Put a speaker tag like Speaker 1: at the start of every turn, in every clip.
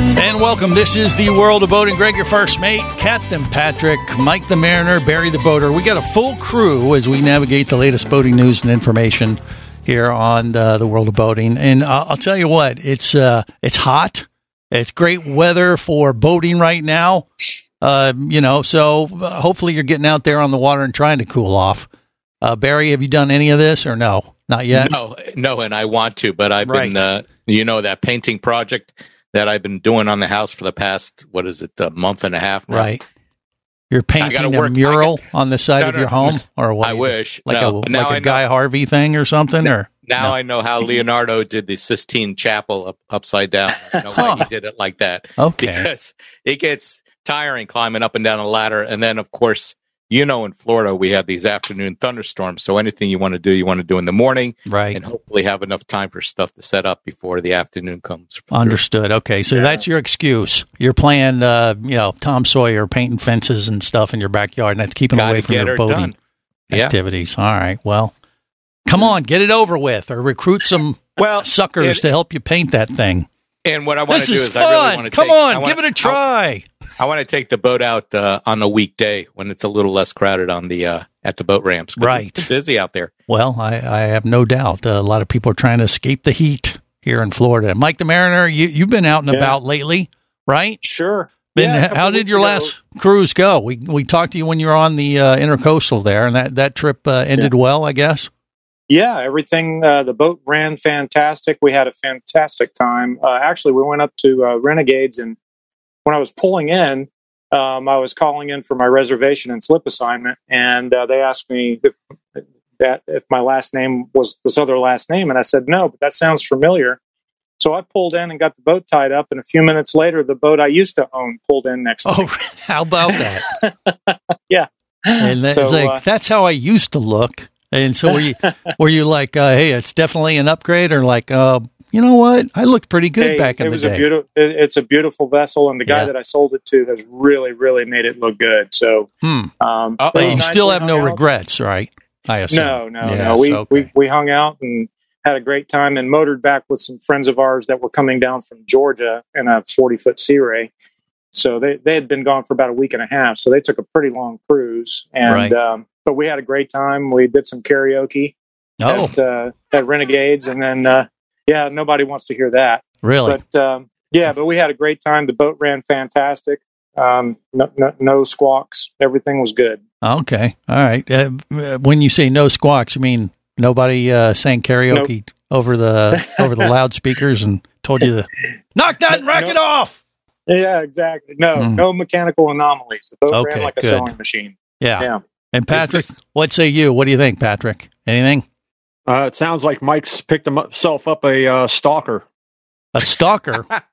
Speaker 1: And welcome. This is the world of boating. Greg, your first mate, Captain Patrick, Mike the Mariner, Barry the Boater. We got a full crew as we navigate the latest boating news and information here on uh, the world of boating. And uh, I'll tell you what, it's uh, it's hot. It's great weather for boating right now. Uh, you know, so uh, hopefully you're getting out there on the water and trying to cool off. Uh, Barry, have you done any of this or no? Not yet.
Speaker 2: No, Oh, no, and I want to, but I've been,
Speaker 1: Right.
Speaker 2: uh, you know, that painting project that I've been doing on the house for the past what is it, a month and a half? now.
Speaker 1: Right. You're
Speaker 2: gotta
Speaker 1: painting a
Speaker 2: work- I
Speaker 1: mural
Speaker 2: got-
Speaker 1: on the side
Speaker 2: No,
Speaker 1: of
Speaker 2: no,
Speaker 1: your home, or what?
Speaker 2: I wish.
Speaker 1: like
Speaker 2: No,
Speaker 1: a
Speaker 2: now
Speaker 1: like
Speaker 2: I
Speaker 1: a
Speaker 2: know-
Speaker 1: Guy Harvey thing or something, or
Speaker 2: Now I know
Speaker 1: Mm-hmm.
Speaker 2: how Leonardo did the Sistine Chapel up, upside down. I know why he did it like that.
Speaker 1: Okay.
Speaker 2: Because it gets tiring climbing up and down a ladder. And then, of course, you know, in Florida, we have these afternoon thunderstorms. So anything you want to do, you want to do in the morning
Speaker 1: right?
Speaker 2: and hopefully have enough time for stuff to set up before the afternoon comes.
Speaker 1: Understood. Okay, so that's your excuse. You're playing, uh, you know, Tom Sawyer, painting fences and stuff in your backyard, and that's keeping
Speaker 2: Gotta
Speaker 1: away from
Speaker 2: get
Speaker 1: your
Speaker 2: her
Speaker 1: boating
Speaker 2: done. Yeah.
Speaker 1: activities. All right. Well, come on, get it over with, or recruit some
Speaker 2: Well,
Speaker 1: suckers
Speaker 2: it-
Speaker 1: to help you paint that thing.
Speaker 2: And what I want
Speaker 1: This
Speaker 2: to do
Speaker 1: is,
Speaker 2: is,
Speaker 1: fun.
Speaker 2: I really want to
Speaker 1: come
Speaker 2: take,
Speaker 1: on,
Speaker 2: I wanna-
Speaker 1: give it a
Speaker 2: I-
Speaker 1: try.
Speaker 2: I want to take the boat out uh, on a weekday when it's a little less crowded on the uh, at the boat ramps. 'cause
Speaker 1: Right.
Speaker 2: it's busy out there.
Speaker 1: Well, I, I have no doubt. Uh, a lot of people are trying to escape the heat here in Florida. Mike the Mariner, you, you've been out and
Speaker 3: Yeah.
Speaker 1: about lately, right?
Speaker 3: Sure.
Speaker 1: Been,
Speaker 3: Yeah, a couple
Speaker 1: how did
Speaker 3: weeks
Speaker 1: your
Speaker 3: ago-
Speaker 1: last cruise go? We we talked to you when you were on the uh, intercoastal there, and that, that trip uh, ended well, I guess.
Speaker 3: Yeah, everything. Uh, the boat ran fantastic. We had a fantastic time. Uh, actually, we went up to uh, Renegades, and when I was pulling in, um, I was calling in for my reservation and slip assignment, and uh, they asked me if that if my last name was this other last name, and I said no, but that sounds familiar. So I pulled in and got the boat tied up, and a few minutes later, the boat I used to own pulled in next. to
Speaker 1: Oh, how about that?
Speaker 3: Yeah.
Speaker 1: and that's
Speaker 3: So,
Speaker 1: like
Speaker 3: uh,
Speaker 1: that's how I used to look. And so were you? were you like, uh, hey, it's definitely an upgrade, or like, uh, you know what? I looked pretty good
Speaker 3: Hey,
Speaker 1: back in
Speaker 3: it
Speaker 1: the
Speaker 3: was
Speaker 1: day.
Speaker 3: a beautiful. It's a beautiful vessel, and the guy
Speaker 1: Yeah.
Speaker 3: that I sold it to has really, really made it look good. So,
Speaker 1: Hmm.
Speaker 3: um,
Speaker 2: Uh-oh.
Speaker 3: it
Speaker 1: But
Speaker 3: was
Speaker 1: you
Speaker 3: nice.
Speaker 1: still
Speaker 3: We
Speaker 1: have
Speaker 3: hung
Speaker 1: no
Speaker 3: out.
Speaker 1: regrets, right? I assume.
Speaker 3: No, no,
Speaker 1: Yes,
Speaker 3: no. We,
Speaker 1: okay.
Speaker 3: we we hung out and had a great time and motored back with some friends of ours that were coming down from Georgia in a forty foot Sea Ray. So they they had been gone for about a week and a half. So they took a pretty long cruise, and
Speaker 1: Right.
Speaker 3: um, but we had a great time. We did some karaoke
Speaker 1: Oh,
Speaker 3: at uh, at Renegades, and then uh, yeah, nobody wants to hear that.
Speaker 1: really?
Speaker 3: But um, yeah, but we had a great time. The boat ran fantastic. Um, no, no, no squawks. Everything was good.
Speaker 1: okay. All right. Uh, uh, when you say no squawks, you mean nobody uh, sang karaoke over the over the loudspeakers and told you to knock that and rack
Speaker 3: No.
Speaker 1: it off.
Speaker 3: Yeah, exactly. No,
Speaker 1: Hmm.
Speaker 3: no mechanical anomalies. The boat
Speaker 1: Okay,
Speaker 3: ran like a
Speaker 1: good.
Speaker 3: sewing machine.
Speaker 1: Yeah.
Speaker 3: Yeah.
Speaker 1: And Patrick,
Speaker 2: this-
Speaker 1: what say you? What do you think, Patrick? Anything?
Speaker 4: Uh, it sounds like Mike's picked himself up a uh, stalker.
Speaker 1: A stalker. well,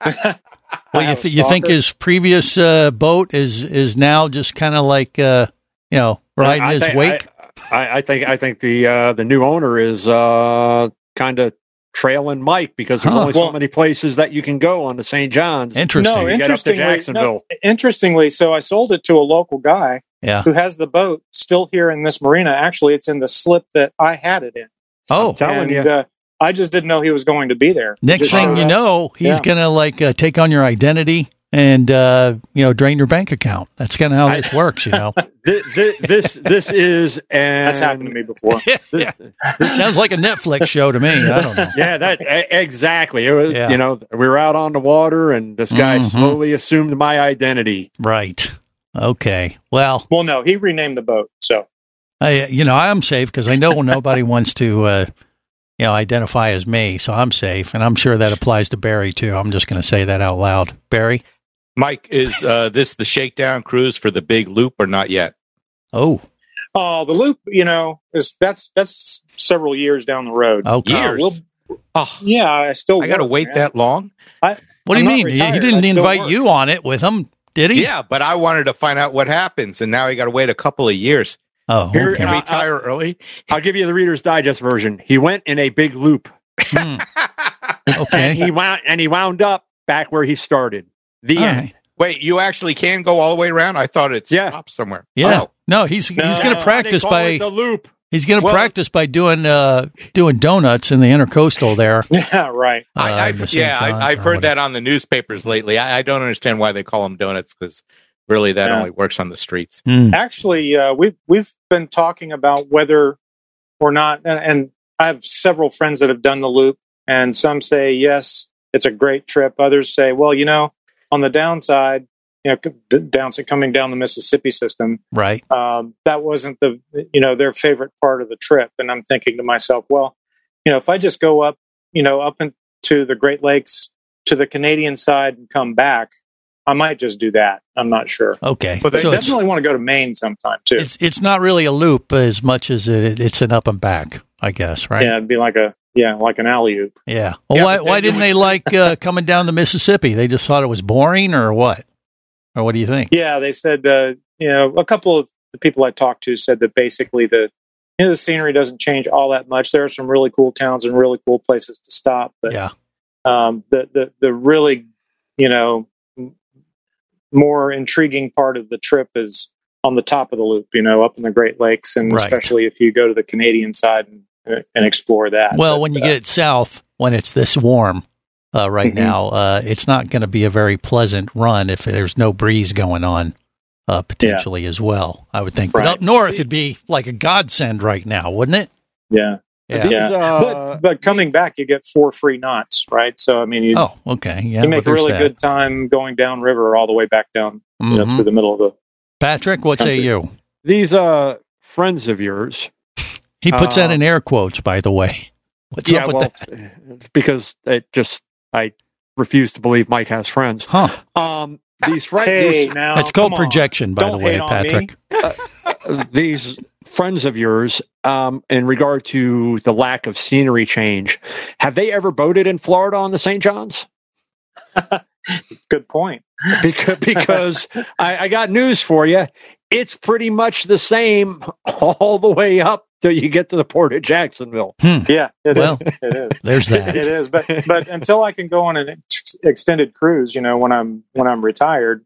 Speaker 1: you,
Speaker 3: have a
Speaker 1: th- you think
Speaker 3: stalker.
Speaker 1: his previous uh, boat is is now just kind of like uh, you know riding
Speaker 4: I- I
Speaker 1: his
Speaker 4: think-
Speaker 1: wake?
Speaker 4: I, I think I think the uh, the new owner is uh, kind of trailing Mike because there's
Speaker 1: Huh.
Speaker 4: only
Speaker 3: Well-
Speaker 4: so many places that you can go on the St. John's.
Speaker 1: Interesting.
Speaker 3: No,
Speaker 4: You get up to
Speaker 3: interestingly,
Speaker 4: Jacksonville.
Speaker 3: no, interestingly, so I sold it to a local guy
Speaker 1: yeah.
Speaker 3: who has the boat still here in this marina. Actually, it's in the slip that I had it in.
Speaker 1: Oh,
Speaker 4: Telling
Speaker 3: and,
Speaker 4: you.
Speaker 3: Uh, I just didn't know he was going to be there.
Speaker 1: Next
Speaker 3: Just
Speaker 1: thing
Speaker 3: showed
Speaker 1: you
Speaker 3: up.
Speaker 1: know, he's
Speaker 3: Yeah.
Speaker 1: gonna like uh, take on your identity and uh, you know drain your bank account. That's kind of how
Speaker 4: I-
Speaker 1: this works, you know.
Speaker 4: Thi- thi- this this is and
Speaker 3: that's happened to me before.
Speaker 1: yeah. Sounds like a Netflix show to me. I don't know.
Speaker 4: yeah, that e- exactly. It was,
Speaker 1: Yeah.
Speaker 4: You know, we were out on the water, and this guy
Speaker 1: Mhm.
Speaker 4: slowly assumed my identity.
Speaker 1: Right. Okay. Well,
Speaker 3: Well, no, he renamed the boat. So
Speaker 1: I, you know, I'm safe because I know nobody wants to, uh, you know, identify as me. So I'm safe. And I'm sure that applies to Barry, too. I'm just going to say that out loud. Barry?
Speaker 2: Mike, is uh, this the shakedown cruise for the big loop or not yet?
Speaker 1: Oh,
Speaker 3: Oh, the loop, you know, is that's that's several years down the road.
Speaker 1: Okay.
Speaker 3: Uh,
Speaker 2: Years.
Speaker 3: we'll-
Speaker 1: Ah.
Speaker 2: Oh,
Speaker 3: yeah, I still.
Speaker 2: I got to
Speaker 3: work,
Speaker 2: wait
Speaker 3: man.
Speaker 2: that long.
Speaker 1: What do
Speaker 3: I'm
Speaker 1: you
Speaker 3: not
Speaker 1: mean? He- He
Speaker 3: retired.
Speaker 1: didn't
Speaker 3: I still
Speaker 1: invite
Speaker 3: work.
Speaker 1: you on it with him, did he?
Speaker 2: Yeah, but I wanted to find out what happens, and now you got to wait a couple of years.
Speaker 1: Oh,
Speaker 4: Here-
Speaker 1: okay.
Speaker 4: uh,
Speaker 2: Retire early.
Speaker 4: I'll give you the Reader's Digest version. He went in a big loop,
Speaker 1: Hmm.
Speaker 4: and
Speaker 1: okay.
Speaker 4: he wound and he wound up back where he started. The
Speaker 1: All
Speaker 4: end.
Speaker 1: right.
Speaker 2: Wait, you actually can go all the way around? I thought it
Speaker 4: Yeah.
Speaker 2: stopped somewhere.
Speaker 1: Yeah.
Speaker 2: Oh,
Speaker 1: No, he's he's
Speaker 3: No.
Speaker 1: going
Speaker 4: Uh, They
Speaker 1: to practice
Speaker 4: call
Speaker 1: by
Speaker 4: it the loop.
Speaker 1: he's going to
Speaker 2: Well-
Speaker 1: practice by doing uh doing donuts in the intercoastal there.
Speaker 3: Yeah, right.
Speaker 1: uh,
Speaker 2: I,
Speaker 1: in the
Speaker 2: I've,
Speaker 1: St.
Speaker 2: yeah,
Speaker 1: John's
Speaker 2: I, I've
Speaker 1: or
Speaker 2: heard
Speaker 1: whatever.
Speaker 2: that on the newspapers lately. I, I don't understand why they call them donuts because really that
Speaker 3: Yeah.
Speaker 2: only works on the streets.
Speaker 1: Hmm.
Speaker 3: Actually, uh, we've we've been talking about whether or not, and, and I have several friends that have done the loop, and some say yes, it's a great trip. Others say, well, you know, on the downside, you know, c- d- downside coming down the Mississippi system,
Speaker 1: Right.
Speaker 3: um, that wasn't the you know their favorite part of the trip and i'm thinking to myself well you know if i just go up you know up into the great lakes to the canadian side and come back i might just do that i'm not sure
Speaker 1: Okay.
Speaker 2: But they
Speaker 1: so it's,
Speaker 3: definitely want to go to maine sometime too
Speaker 1: it's it's not really a loop as much as it, it- it's an up and back, I guess, right?
Speaker 3: yeah it'd be like a yeah like an alley oop
Speaker 1: Yeah. Well,
Speaker 2: Yeah,
Speaker 1: why
Speaker 2: but then
Speaker 1: why
Speaker 2: you
Speaker 1: didn't
Speaker 2: would
Speaker 1: they
Speaker 2: see-
Speaker 1: like uh, coming down the Mississippi? They just thought it was boring, or what? Or what do you think?
Speaker 3: yeah they said uh, you know a couple of the people i talked to said that basically the you know the scenery doesn't change all that much there are some really cool towns and really cool places to stop but
Speaker 1: Yeah.
Speaker 3: um, the, the the really you know m- more intriguing part of the trip is on the top of the loop you know up in the great lakes and
Speaker 1: Right.
Speaker 3: especially if you go to the canadian side and, uh, and explore that
Speaker 1: Well,
Speaker 3: But,
Speaker 1: when you
Speaker 3: uh,
Speaker 1: get south, when it's this warm uh, right
Speaker 3: Mhm.
Speaker 1: now, uh, it's not going to be a very pleasant run if there's no breeze going on uh, potentially as well. I would think. But
Speaker 3: Right.
Speaker 1: up north, it'd be like a godsend right now, wouldn't it?
Speaker 3: yeah
Speaker 1: Yeah.
Speaker 3: Yeah.
Speaker 4: These, uh,
Speaker 3: but but coming back you get four free knots right so i mean you,
Speaker 1: Oh, okay. Yeah.
Speaker 3: you
Speaker 1: well,
Speaker 3: make a
Speaker 1: there's
Speaker 3: really
Speaker 1: that.
Speaker 3: good time going down river all the way back down you know,
Speaker 1: Mhm.
Speaker 3: through the middle of the
Speaker 1: Patrick, what say
Speaker 3: country.
Speaker 1: you?
Speaker 4: these uh, friends of yours.
Speaker 1: He puts that
Speaker 4: Uh,
Speaker 1: in air quotes, by the way. What's up with that?
Speaker 4: it's because it just I refuse to believe Mike has friends.
Speaker 1: Huh?
Speaker 4: Um, these friends,
Speaker 3: hey now
Speaker 1: That's called
Speaker 3: come on.
Speaker 1: projection, by the
Speaker 3: Don't
Speaker 1: way,
Speaker 3: hate on me.
Speaker 1: Patrick.
Speaker 4: these friends of yours, um, in regard to the lack of scenery change, have they ever boated in Florida on the St. Johns?
Speaker 3: good point
Speaker 4: Because, because I, I got news for you, it's pretty much the same all the way up till you get to the port of Jacksonville.
Speaker 3: yeah it is.
Speaker 1: Well.
Speaker 3: it is
Speaker 1: There's
Speaker 3: it
Speaker 1: that.
Speaker 3: is but but until i can go on an ex- extended cruise you know when i'm when i'm retired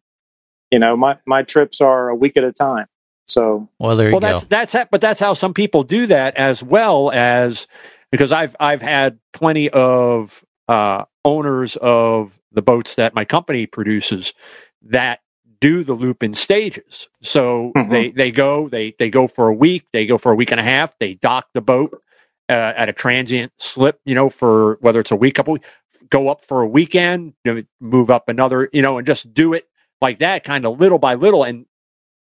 Speaker 3: you know my my trips are a week at a time so
Speaker 1: Well, there you
Speaker 4: well,
Speaker 1: go.
Speaker 4: that's that's that, but that's how some people do that as well as because I've I've had plenty of uh, owners of the boats that my company produces that do the loop in stages. So
Speaker 1: Mm-hmm.
Speaker 3: Mhm.
Speaker 4: they they go they they go for a week, they go for a week and a half, they dock the boat uh, at a transient slip, you know, for whether it's a week, couple, go up for a weekend, you know, move up another, you know, and just do it like that, kind of little by little. And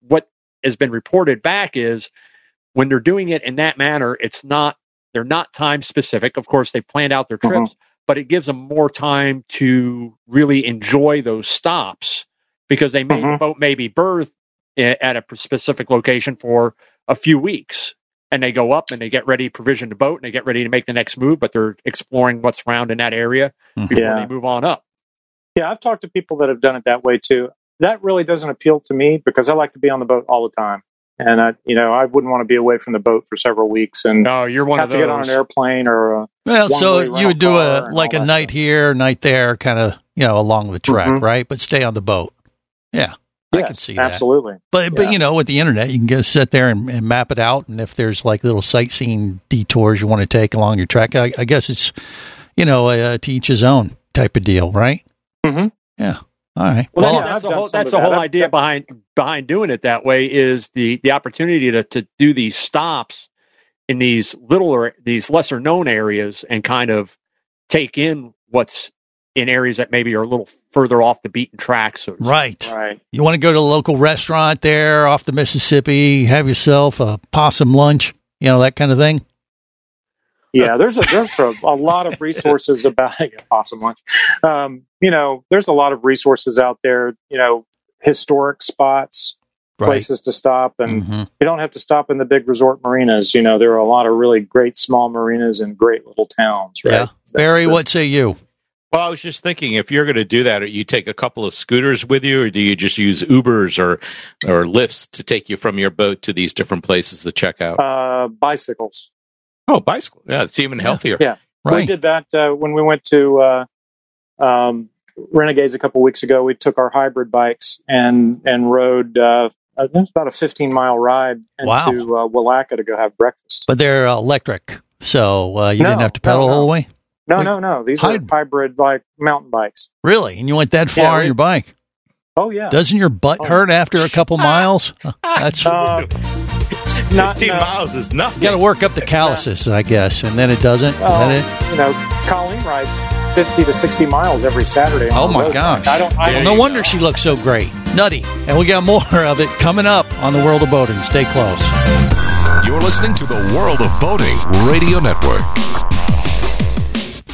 Speaker 4: what has been reported back is when they're doing it in that manner, it's not they're not time specific. Of course, they planned out their trips,
Speaker 3: Mhm.
Speaker 4: but it gives them more time to really enjoy those stops because they may
Speaker 3: Mhm.
Speaker 4: the boat may be berthed i- at a specific location for a few weeks. And they go up and they get ready to provision the boat and they get ready to make the next move, but they're exploring what's around in that area
Speaker 1: Mhm.
Speaker 4: before
Speaker 3: Yeah.
Speaker 4: they move on up.
Speaker 3: yeah i've talked to people that have done it that way too that really doesn't appeal to me because i like to be on the boat all the time and i you know i wouldn't want to be away from the boat for several weeks and
Speaker 4: No, you're one
Speaker 3: have
Speaker 4: of
Speaker 3: to
Speaker 4: those.
Speaker 3: get on an airplane or uh,
Speaker 1: Well,
Speaker 3: one
Speaker 1: so
Speaker 3: way
Speaker 1: you
Speaker 3: rental
Speaker 1: would do
Speaker 3: car
Speaker 1: a
Speaker 3: and
Speaker 1: like
Speaker 3: all
Speaker 1: a
Speaker 3: that
Speaker 1: night
Speaker 3: stuff.
Speaker 1: here, night there, kind of you know along the track,
Speaker 3: Mhm.
Speaker 1: right? But stay on the boat. Yeah, I can
Speaker 3: Yes,
Speaker 1: see that.
Speaker 3: absolutely
Speaker 1: But but
Speaker 3: Yeah.
Speaker 1: you know, with the internet, you can go sit there and, and map it out, and if there's like little sightseeing detours you want to take along your track, I, I guess it's you know uh, to each his own type of deal, right?
Speaker 3: Mhm.
Speaker 1: Yeah. All right.
Speaker 4: Well,
Speaker 3: Well,
Speaker 4: that's,
Speaker 3: yeah,
Speaker 4: that's
Speaker 3: I've
Speaker 4: the
Speaker 3: done
Speaker 4: whole
Speaker 3: some
Speaker 4: that's
Speaker 3: of
Speaker 4: the
Speaker 3: that.
Speaker 4: whole
Speaker 3: I've-
Speaker 4: idea
Speaker 3: I've-
Speaker 4: behind behind doing it that way is the the opportunity to to do these stops in these littler these lesser known areas and kind of take in what's in areas that maybe are a little further off the beaten track. So to
Speaker 1: Right.
Speaker 3: right
Speaker 1: You want to go to a local restaurant there off the Mississippi, have yourself a possum lunch, you know that kind of thing.
Speaker 3: yeah there's a there's a, a lot of resources about awesome lunch um, you know there's a lot of resources out there you know historic spots
Speaker 1: Right.
Speaker 3: places to stop, and
Speaker 1: Mhm.
Speaker 3: you don't have to stop in the big resort marinas. You know, there are a lot of really great small marinas in great little towns. Right,
Speaker 1: Yeah. Barry,
Speaker 3: That's-
Speaker 1: what say you?
Speaker 2: Well, I was just thinking if you're going to do that, you take a couple of scooters with you, or do you just use Ubers or or lifts to take you from your boat to these different places to check out?
Speaker 3: uh, bicycles?
Speaker 2: oh, bicycle. Yeah, it's even healthier.
Speaker 3: Yeah. We
Speaker 1: Right.
Speaker 3: did that uh, when we went to uh, um, Renegades a couple weeks ago. We took our hybrid bikes and and rode. Uh, I think it was about a 15 mile ride into
Speaker 1: Wow.
Speaker 3: uh, Willacca to go have breakfast.
Speaker 1: But they're uh, electric, so uh, you
Speaker 3: No,
Speaker 1: didn't have to
Speaker 3: no,
Speaker 1: pedal
Speaker 3: no.
Speaker 1: all the way.
Speaker 3: no,
Speaker 1: wait,
Speaker 3: no, no. These are
Speaker 1: hybrid-
Speaker 3: hybrid like mountain bikes.
Speaker 1: Really? And you went that far on
Speaker 3: we-
Speaker 1: your bike?
Speaker 3: Oh yeah,
Speaker 1: Doesn't your butt
Speaker 3: Oh.
Speaker 1: hurt after a couple miles? That's
Speaker 3: Uh, not-
Speaker 2: 15
Speaker 3: no.
Speaker 2: miles is nothing.
Speaker 1: you got to work up the calluses, I guess, and then it doesn't. Is
Speaker 3: Well,
Speaker 1: that it?
Speaker 3: uh, you know, Colleen rides 50 to 60 miles every Saturday. on
Speaker 1: Oh
Speaker 3: the
Speaker 1: my
Speaker 3: road.
Speaker 1: gosh!
Speaker 3: I don't. I
Speaker 2: There
Speaker 3: don't
Speaker 1: no
Speaker 2: you
Speaker 1: wonder
Speaker 2: go.
Speaker 1: she looks so great, nutty. And we got more of it coming up on the world of boating. Stay close.
Speaker 5: You're listening to the World of Boating Radio Network.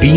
Speaker 6: Be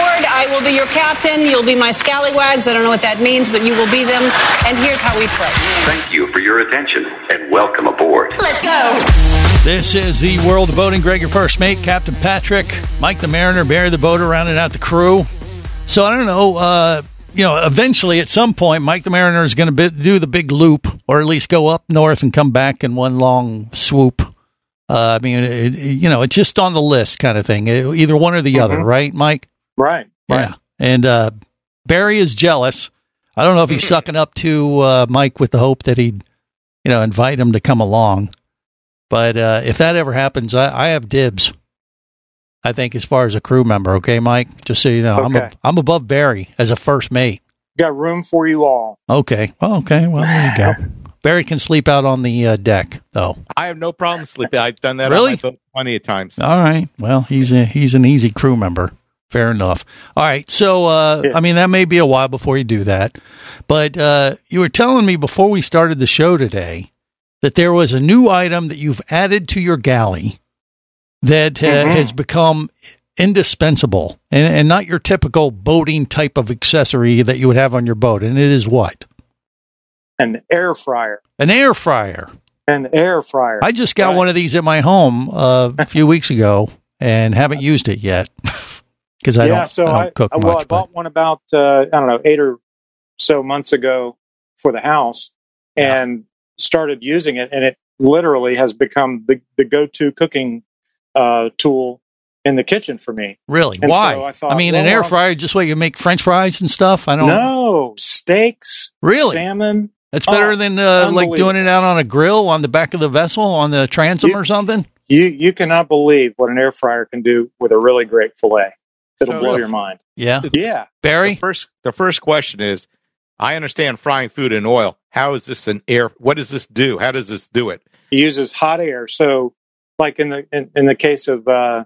Speaker 7: I will be your captain. You'll be my scallywags. I don't know what that means, but you will be them. And here's how we play.
Speaker 8: Thank you for your attention and welcome aboard.
Speaker 7: Let's go.
Speaker 1: This is the world of boating. Greg, your first mate, Captain Patrick, Mike the Mariner, Barry the boater, rounding out the crew. So I don't know. Uh, you know, eventually at some point, Mike the Mariner is going to do the big loop, or at least go up north and come back in one long swoop. Uh, I mean, it, it- you know, it's just on the list kind of thing. It- either one or the other, right, Mike?
Speaker 3: Right. Right.
Speaker 1: Yeah. And uh, Barry is jealous. I don't know if he's sucking up to uh, Mike with the hope that he'd, you know, invite him to come along. But uh, if that ever happens, I, I have dibs. I think as far as a crew member, okay, Mike. Just so you know, I'm a,
Speaker 3: Okay.
Speaker 1: I'm above Barry as a first mate.
Speaker 3: Got room for you all.
Speaker 1: Okay. Well, okay. Well, there you go. Barry can sleep out on the uh, deck, though.
Speaker 2: I have no problem sleeping. I've done that
Speaker 1: Really?
Speaker 2: on my boat plenty of times.
Speaker 1: All right. Well, he's a, he's an easy crew member. Fair enough. All right. So, uh,
Speaker 3: Yeah.
Speaker 1: I mean, that may be a while before you do that, but uh, you were telling me before we started the show today that there was a new item that you've added to your galley that uh, has become indispensable and, and not your typical boating type of accessory that you would have on your boat. And it is what?
Speaker 3: an air fryer.
Speaker 1: An air fryer.
Speaker 3: An air fryer.
Speaker 1: I just got one of these at my home uh, a few weeks ago and haven't used it yet because I,
Speaker 3: yeah,
Speaker 1: don't-
Speaker 3: so
Speaker 1: I don't cook
Speaker 3: well, I
Speaker 1: much. but-
Speaker 3: bought one about uh, I don't know eight or so months ago for the house, and started using it, and it literally has become the the go to cooking uh, tool in the kitchen for me.
Speaker 1: Really?
Speaker 3: And so
Speaker 1: Why?
Speaker 3: I thought,
Speaker 1: mean, an
Speaker 3: well,
Speaker 1: air
Speaker 3: I'm-
Speaker 1: fryer just where you make French fries and stuff. I don't.
Speaker 3: No steaks,
Speaker 1: Really?
Speaker 3: salmon.
Speaker 1: That's better
Speaker 3: Oh,
Speaker 1: than uh, like doing it out on a grill on the back of the vessel on the transom
Speaker 3: You-
Speaker 1: or something.
Speaker 3: You you cannot believe what an air fryer can do with a really great fillet. It'll
Speaker 2: So-
Speaker 3: blow your mind.
Speaker 1: Yeah.
Speaker 3: Yeah.
Speaker 1: Barry.
Speaker 2: The first, the first question is: I understand frying food in oil. How is this an air? What does this do? How does this do it?
Speaker 3: He uses hot air. So, like in the in, in the case of uh,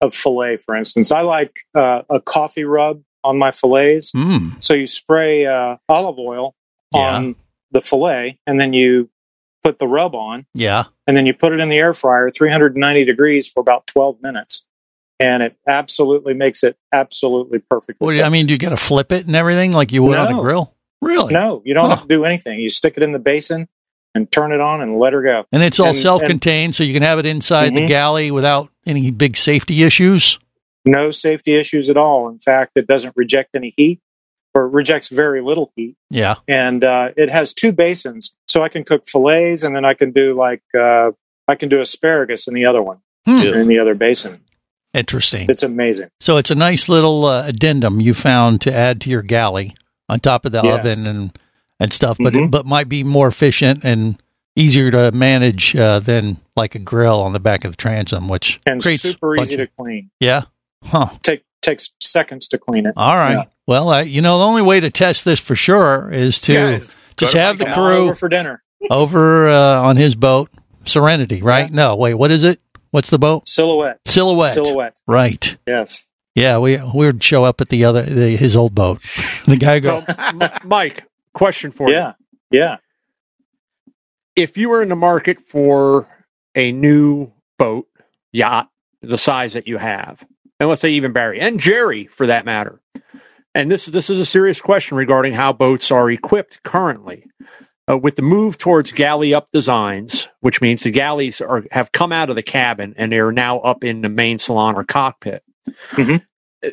Speaker 3: of fillet, for instance, I like uh, a coffee rub on my fillets.
Speaker 1: Mm.
Speaker 3: So you spray uh, olive oil on the fillet, and then you put the rub on,
Speaker 1: Yeah.
Speaker 3: and then you put it in the air fryer, 390 degrees for about 12 minutes, and it absolutely makes it absolutely perfect.
Speaker 1: What do you, I mean, do you got to flip it and everything like you would on a
Speaker 3: No.
Speaker 1: grill? Really?
Speaker 3: No, you don't
Speaker 1: Huh.
Speaker 3: have to do anything. You stick it in the basin and turn it on and let her go.
Speaker 1: And it's all
Speaker 3: And- and-
Speaker 1: self-contained, so you can have it inside the
Speaker 3: Mhm.
Speaker 1: galley without any big safety issues.
Speaker 3: no safety issues at all. In fact, it doesn't reject any heat or rejects very little heat.
Speaker 1: Yeah.
Speaker 3: And uh, it has two basins. So I can cook fillets and then I can do like, uh, I can do asparagus in the other one,
Speaker 1: Hmm.
Speaker 3: in the other basin.
Speaker 1: Interesting.
Speaker 3: It's amazing.
Speaker 1: So it's a nice little uh, addendum you found to add to your galley on top of the
Speaker 3: Yes. Mm-hmm.
Speaker 1: oven and and stuff, but it, but might be more efficient and easier to manage uh, than like a grill on the back of the transom, which
Speaker 3: And
Speaker 1: creates
Speaker 3: super
Speaker 1: bunch
Speaker 3: easy
Speaker 1: of-
Speaker 3: to clean.
Speaker 1: yeah. Huh.
Speaker 3: Take, takes seconds to clean it.
Speaker 1: All right. Well, uh, you know the only way to test this for sure is to
Speaker 2: Yeah, is go
Speaker 1: just
Speaker 2: to
Speaker 1: have the
Speaker 2: Mike's
Speaker 3: Come on
Speaker 1: crew
Speaker 3: over for dinner.
Speaker 1: over uh, on his boat, Serenity, right? No, wait, what is it? What's the boat?
Speaker 3: Silhouette.
Speaker 1: Silhouette.
Speaker 3: Silhouette.
Speaker 1: Right.
Speaker 3: Yes.
Speaker 1: Yeah, we we would show up at the other the, his old boat. The guy go,
Speaker 4: Well, M- Mike, question for
Speaker 3: Yeah. Yeah.
Speaker 4: you: If you were in the market for a new boat, yacht, the size that you have, and let's say even Barry and Jerry for that matter, and this this is a serious question regarding how boats are equipped currently. Uh, with the move towards galley up designs, which means the galleys are have come out of the cabin and they are now up in the main salon or cockpit.
Speaker 3: Mhm.
Speaker 4: Uh,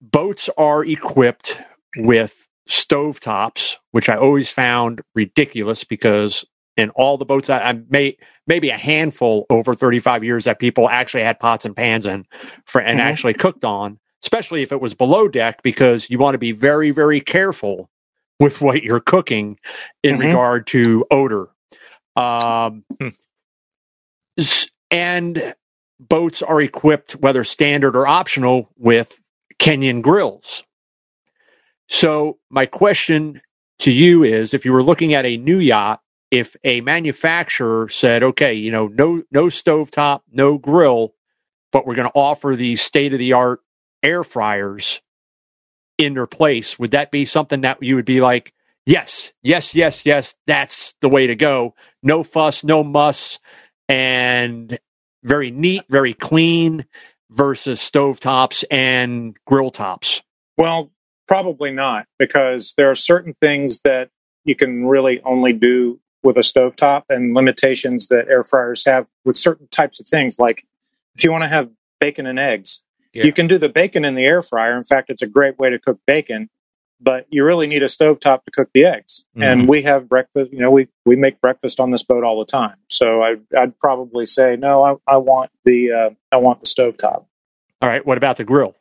Speaker 4: Boats are equipped with stovetops, which I always found ridiculous because in all the boats I, I may maybe a handful over 35 years that people actually had pots and pans in for and
Speaker 3: Mhm.
Speaker 4: actually cooked on, especially if it was below deck, because you want to be very, very careful with what you're cooking in
Speaker 3: Mhm.
Speaker 4: regard to odor. Um, s- and boats are equipped, whether standard or optional, with Kenyan grills. So, my question to you is if you were looking at a new yacht, if a manufacturer said, okay, you know, no, no stovetop, no grill, but we're going to offer these state of the art air fryers in their place, would that be something that you would be like, yes, yes, yes, yes, that's the way to go? No fuss, no muss, and very neat, very clean versus stovetops and grill tops.
Speaker 3: Well, probably not, because there are certain things that you can really only do with a stovetop and limitations that air fryers have with certain types of things. Like if you want to have bacon and eggs,
Speaker 2: Yeah.
Speaker 3: you can do the bacon in the air fryer. In fact, it's a great way to cook bacon, but you really need a stovetop to cook the eggs. And we have breakfast, you know, we, we make breakfast on this boat all the time. So I, I'd probably say, no, I, I want the, uh, I want the stovetop.
Speaker 4: All right, what about the grill?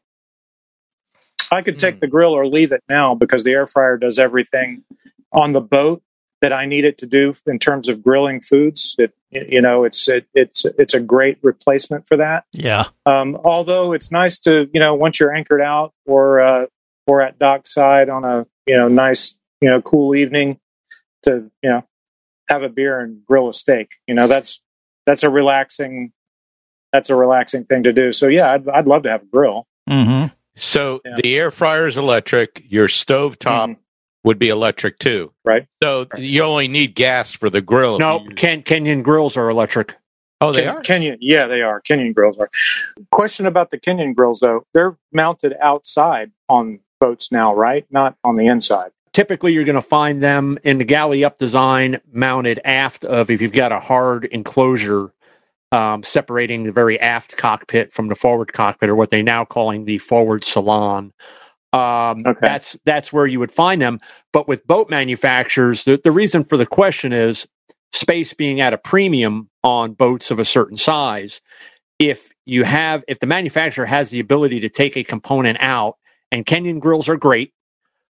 Speaker 3: I could take the grill or leave it now because the air fryer does everything on the boat that I need it to do in terms of grilling foods. It you know it's it, it's it's a great replacement for that.
Speaker 1: yeah,
Speaker 3: Um, although it's nice to you know once you're anchored out or uh, or at dockside on a you know nice you know cool evening to you know have a beer and grill a steak. You know that's that's a relaxing that's a relaxing thing to do. So yeah, I'd I'd love to have a grill.
Speaker 1: mm-hmm.
Speaker 2: So
Speaker 3: Yeah. Mm-hmm.
Speaker 2: the air fryer is electric. Your stovetop top would be electric too,
Speaker 3: Right.
Speaker 2: So you only need gas for the grill. if
Speaker 4: No,
Speaker 2: you-
Speaker 4: Ken, Kenyan grills are electric.
Speaker 2: oh, they
Speaker 3: Ken-
Speaker 2: are.
Speaker 3: Kenyan, yeah, they are. Kenyan grills are. Question about the Kenyan grills, though. They're mounted outside on boats now, right? Not on the inside.
Speaker 4: Typically, you're going to find them in the galley up design, mounted aft of if you've got a hard enclosure um, separating the very aft cockpit from the forward cockpit, or what they now calling the forward salon. Um, That's that's where you would find them. But with boat manufacturers, the, the reason for the question is space being at a premium on boats of a certain size. If you have, if the manufacturer has the ability to take a component out, and Kenyon grills are great,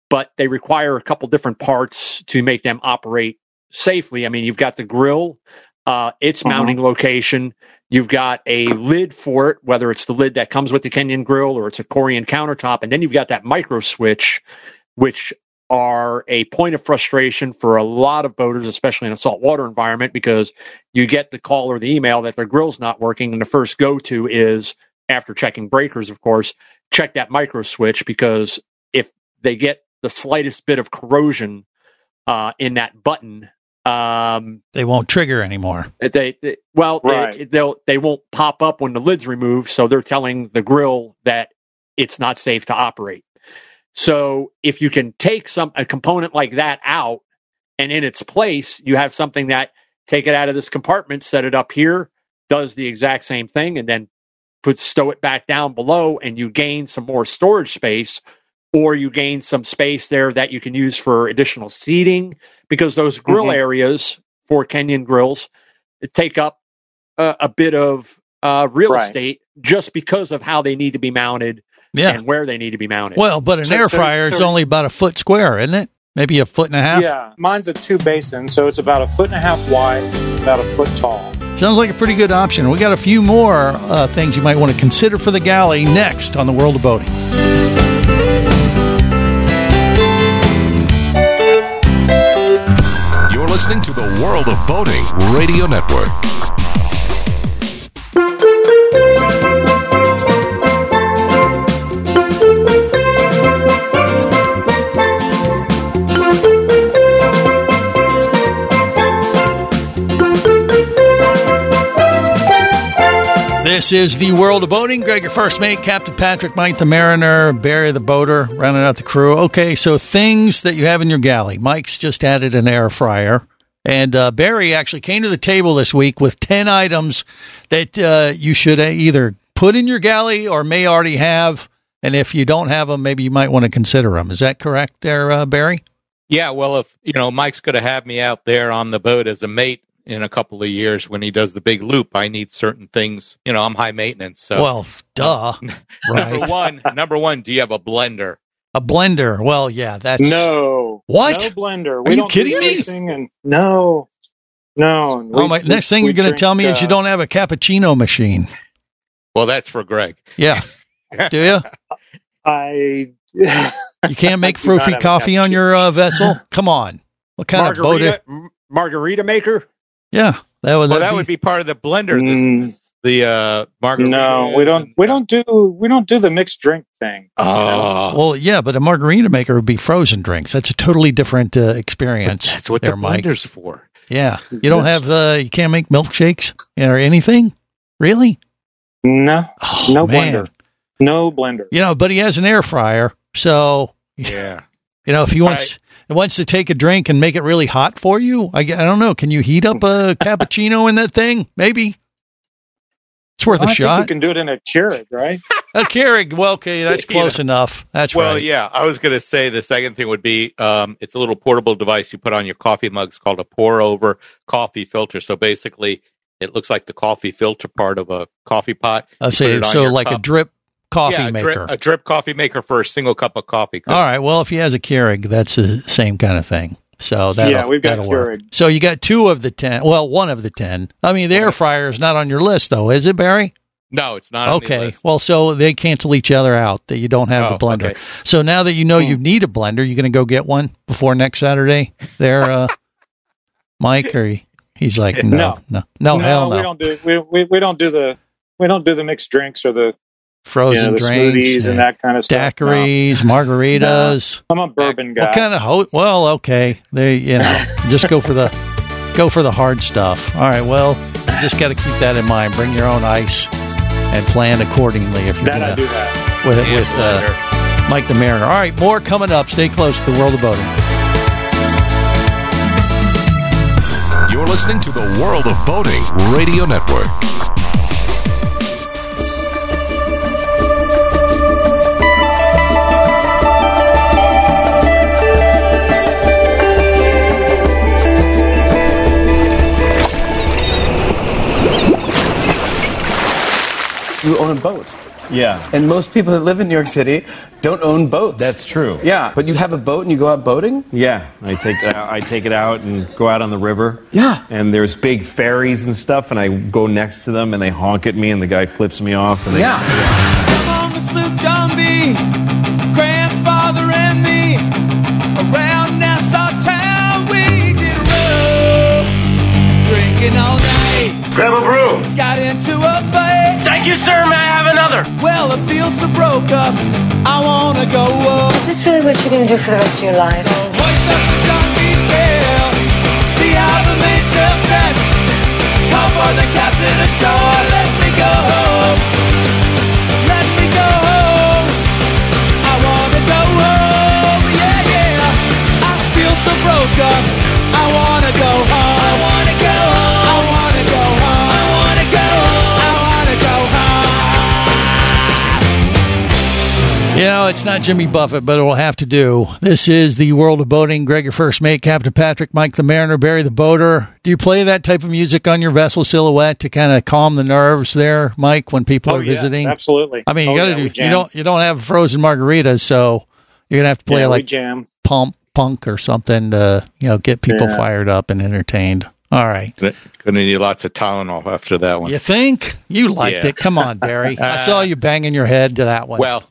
Speaker 4: but they require a couple different parts to make them operate safely. I mean, you've got the grill, uh, its mounting location. You've got a lid for it, whether it's the lid that comes with the Kenyon grill or it's a Corian countertop. And then you've got that micro switch, which are a point of frustration for a lot of boaters, especially in a saltwater environment, because you get the call or the email that their grill's not working. And the first go to is after checking breakers, of course, check that micro switch because if they get the slightest bit of corrosion uh, in that button, um,
Speaker 1: They won't trigger anymore.
Speaker 4: uh, They, they- well, they,
Speaker 1: Right.
Speaker 4: they'll they won't pop up when the lid's removed, so they're telling the grill that it's not safe to operate. So if you can take some a component like that out, and in its place you have something that take it out of this compartment, set it up here, does the exact same thing, and then put stow it back down below, and you gain some more storage space, or you gain some space there that you can use for additional seating because those grill
Speaker 1: Mm-hmm.
Speaker 9: Mhm.
Speaker 4: areas for Kenyan grills take up a, a bit of uh, real
Speaker 1: Right.
Speaker 4: estate just because of how they need to be mounted
Speaker 1: Yeah.
Speaker 4: and where they need to be mounted.
Speaker 1: Well, but an air fryer is only about a foot square, isn't it? Maybe a foot and a half.
Speaker 3: Yeah, mine's a two basin, so it's about a foot and a half wide, about a foot tall.
Speaker 1: Sounds like a pretty good option. We got a few more uh, things you might want to consider for the galley next on the World of Boating.
Speaker 5: You're listening to the World of Boating Radio Network.
Speaker 1: This is the World of Boating. Greg, your first mate, Captain Patrick, Mike the Mariner, Barry the Boater, rounding out the crew. Okay, so things that you have in your galley. Mike's just added an air fryer. And uh, Barry actually came to the table this week with 10 items that uh, you should either put in your galley or may already have. And if you don't have them, maybe you might want to consider them. Is that correct there, uh, Barry?
Speaker 2: Yeah, well, if you know Mike's going to have me out there on the boat as a mate in a couple of years when he does the big loop, I need certain things. You know, I'm high maintenance. So,
Speaker 1: Well, duh.
Speaker 2: number one, number one, do you have a blender?
Speaker 1: A blender. Well, yeah, that's.
Speaker 3: No.
Speaker 1: What?
Speaker 3: No blender.
Speaker 1: Are you
Speaker 3: don't do
Speaker 1: kidding me?
Speaker 3: anything And no, no. and
Speaker 1: oh,
Speaker 3: we-
Speaker 1: my.
Speaker 3: we-
Speaker 1: next thing
Speaker 3: we
Speaker 1: you're going to
Speaker 3: drink,
Speaker 1: tell me is you
Speaker 3: uh,
Speaker 1: don't have a cappuccino machine.
Speaker 2: Well, that's for Greg.
Speaker 1: Yeah. Do you?
Speaker 3: I.
Speaker 1: You can't make
Speaker 4: I do not
Speaker 1: froofy
Speaker 4: have a
Speaker 1: coffee on your uh, vessel? Come on. What kind of boat?
Speaker 4: margarita, m- margarita maker.
Speaker 1: yeah. That would,
Speaker 2: well,
Speaker 1: that'd
Speaker 2: that
Speaker 1: be-
Speaker 2: would be part of the blender. This, this- the uh, margarita.
Speaker 3: Mm. No, we don't. We don't do. We don't do the mixed drink thing.
Speaker 1: well, yeah, but a margarita maker would be frozen drinks. That's a totally different uh, experience.
Speaker 2: that's what
Speaker 1: there,
Speaker 2: the
Speaker 1: Mike.
Speaker 2: blender's for.
Speaker 1: Yeah. You don't have, uh, you can't make milkshakes or anything? Really?
Speaker 3: No. no
Speaker 1: Oh, man.
Speaker 3: blender. No blender.
Speaker 1: You know, but he has an air fryer. So,
Speaker 2: Yeah.
Speaker 1: you know, if he wants. Wants to take a drink and make it really hot for you? I, gue- I don't know. Can you heat up a cappuccino in that thing? Maybe it's worth
Speaker 3: I
Speaker 1: a
Speaker 3: think
Speaker 1: shot.
Speaker 3: you can do it in a Keurig, right?
Speaker 1: A Uh, Keurig. Well, okay, that's
Speaker 2: Yeah.
Speaker 1: close enough. That's
Speaker 2: well,
Speaker 1: right.
Speaker 2: yeah. I was going to say the second thing would be um, it's a little portable device you put on your coffee mug. It's called a pour over coffee filter. So basically, it looks like the coffee filter part of a coffee pot.
Speaker 1: I
Speaker 2: You put
Speaker 1: say
Speaker 2: it on
Speaker 1: so,
Speaker 2: your
Speaker 1: like a
Speaker 2: cup.
Speaker 1: drip coffee
Speaker 2: Yeah, a
Speaker 1: maker.
Speaker 2: drip- a drip coffee maker for a single cup of coffee. 'Cause
Speaker 1: All right. Well, if he has a Keurig, that's the same kind of thing. So that
Speaker 3: Yeah, we've got Keurig.
Speaker 1: So you got two of the ten. Well, one of the ten. I mean, the air fryer is not on your list, though, is it, Barry?
Speaker 2: No, it's not. on the
Speaker 1: okay.
Speaker 2: list.
Speaker 1: Well, so they cancel each other out. That you don't have the
Speaker 2: Oh,
Speaker 1: blender.
Speaker 2: okay. Hmm.
Speaker 1: So now that you know you need a blender, you're going to go get one before next Saturday. There, uh, Mike, or he- he's like, no, no, no, hell no,
Speaker 3: We don't do. We, we, we don't do the. We don't do the mixed drinks or the
Speaker 1: frozen
Speaker 3: you know, the
Speaker 1: drinks
Speaker 3: smoothies and that kind of stuff. No.
Speaker 1: daiquiries, margaritas.
Speaker 3: I'm a bourbon guy.
Speaker 1: What kind of ho- well, okay. They you know, just go for the go for the hard stuff. All right, well, you just got to keep that in mind. Bring your own ice and plan accordingly if you're
Speaker 3: That I
Speaker 1: gonna,
Speaker 3: do that.
Speaker 1: with with uh, Mike the Mariner. All right, more coming up. Stay close to the world of boating.
Speaker 5: You're listening to the World of Boating Radio Network.
Speaker 9: You own a boat.
Speaker 10: Yeah.
Speaker 9: And most people that live in New York City don't own boats.
Speaker 10: That's true.
Speaker 9: Yeah, but you have a boat and you go out boating?
Speaker 10: Yeah, I take it out, I take it out and go out on the river.
Speaker 9: Yeah.
Speaker 10: And there's big ferries and stuff, and I go next to them and they honk at me, and the guy flips me off. And they,
Speaker 11: Come on the sloop John B. Grandfather and me. Around Nassau town we did row. Drinking all night.
Speaker 8: Grab a brew.
Speaker 11: Got into a fight. Thank you, sir. May I have another? Well, it feels so broke up. I wanna go up. That's really what you're gonna do for the rest of your life. So hoist up the John B. sail. See how the mainsail sets. Call for the captain ashore. Let me go home. Let me go home. I wanna go home. Yeah, yeah. I feel so broke up. I wanna go home. I wanna go home. I wanna go home. I wanna go home. I wanna go
Speaker 1: You know, it's not Jimmy Buffett, but it will have to do. This is the world of boating. Greg, your first mate, Captain Patrick, Mike the Mariner, Barry the Boater. Do you play that type of music on your vessel silhouette to kind of calm the nerves there, Mike, when people
Speaker 3: Oh,
Speaker 1: are
Speaker 3: yes,
Speaker 1: visiting?
Speaker 3: absolutely.
Speaker 1: I mean, you
Speaker 3: Oh,
Speaker 1: got to
Speaker 3: yeah, we
Speaker 1: do. You
Speaker 3: jam.
Speaker 1: don't. You don't have frozen margaritas, so you're gonna have to play
Speaker 3: Yeah, we
Speaker 1: like
Speaker 3: jam.
Speaker 1: pump punk or something to you know get people
Speaker 2: Yeah.
Speaker 1: fired up and entertained. All right.
Speaker 2: Gonna gonna need lots of Tylenol after that one.
Speaker 1: You think you liked
Speaker 2: Yeah.
Speaker 1: it? Come on, Barry. I saw you banging your head to that one.
Speaker 2: Well,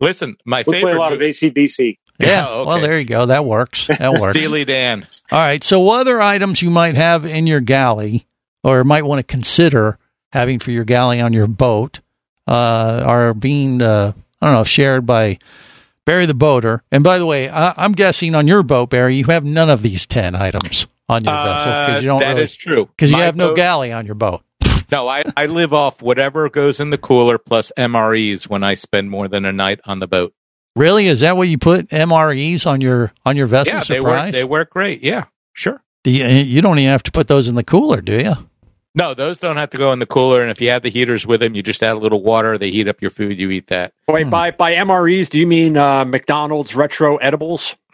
Speaker 2: listen, my
Speaker 3: We
Speaker 2: favorite.
Speaker 3: play a lot of ACDC.
Speaker 1: yeah. Well, there you go. That works. That works.
Speaker 2: Steely Dan.
Speaker 1: All right. So, what other items you might have in your galley or might want to consider having for your galley on your boat uh, are being, uh, I don't know, shared by Barry the boater. And by the way, I, I'm guessing on your boat, Barry, you have none of these 10 items on your vessel because you
Speaker 2: Uh,
Speaker 1: don't
Speaker 2: that
Speaker 1: really,
Speaker 2: is true.
Speaker 1: Because you
Speaker 2: My
Speaker 1: have no
Speaker 2: boat-
Speaker 1: galley on your boat.
Speaker 2: No, I, I live off whatever goes in the cooler plus MREs when I spend more than a night on the boat.
Speaker 1: Really? Is that what you put MREs on your on your vessel?
Speaker 2: yeah, they work.
Speaker 1: surprise?
Speaker 2: They work great. Yeah, sure.
Speaker 1: Do you, you don't even have to put those in the cooler, do you?
Speaker 2: No, those don't have to go in the cooler. And if you have the heaters with them, you just add a little water. They heat up your food. You eat that.
Speaker 10: Hmm.
Speaker 4: Wait, by by MREs, do you mean uh, McDonald's retro edibles?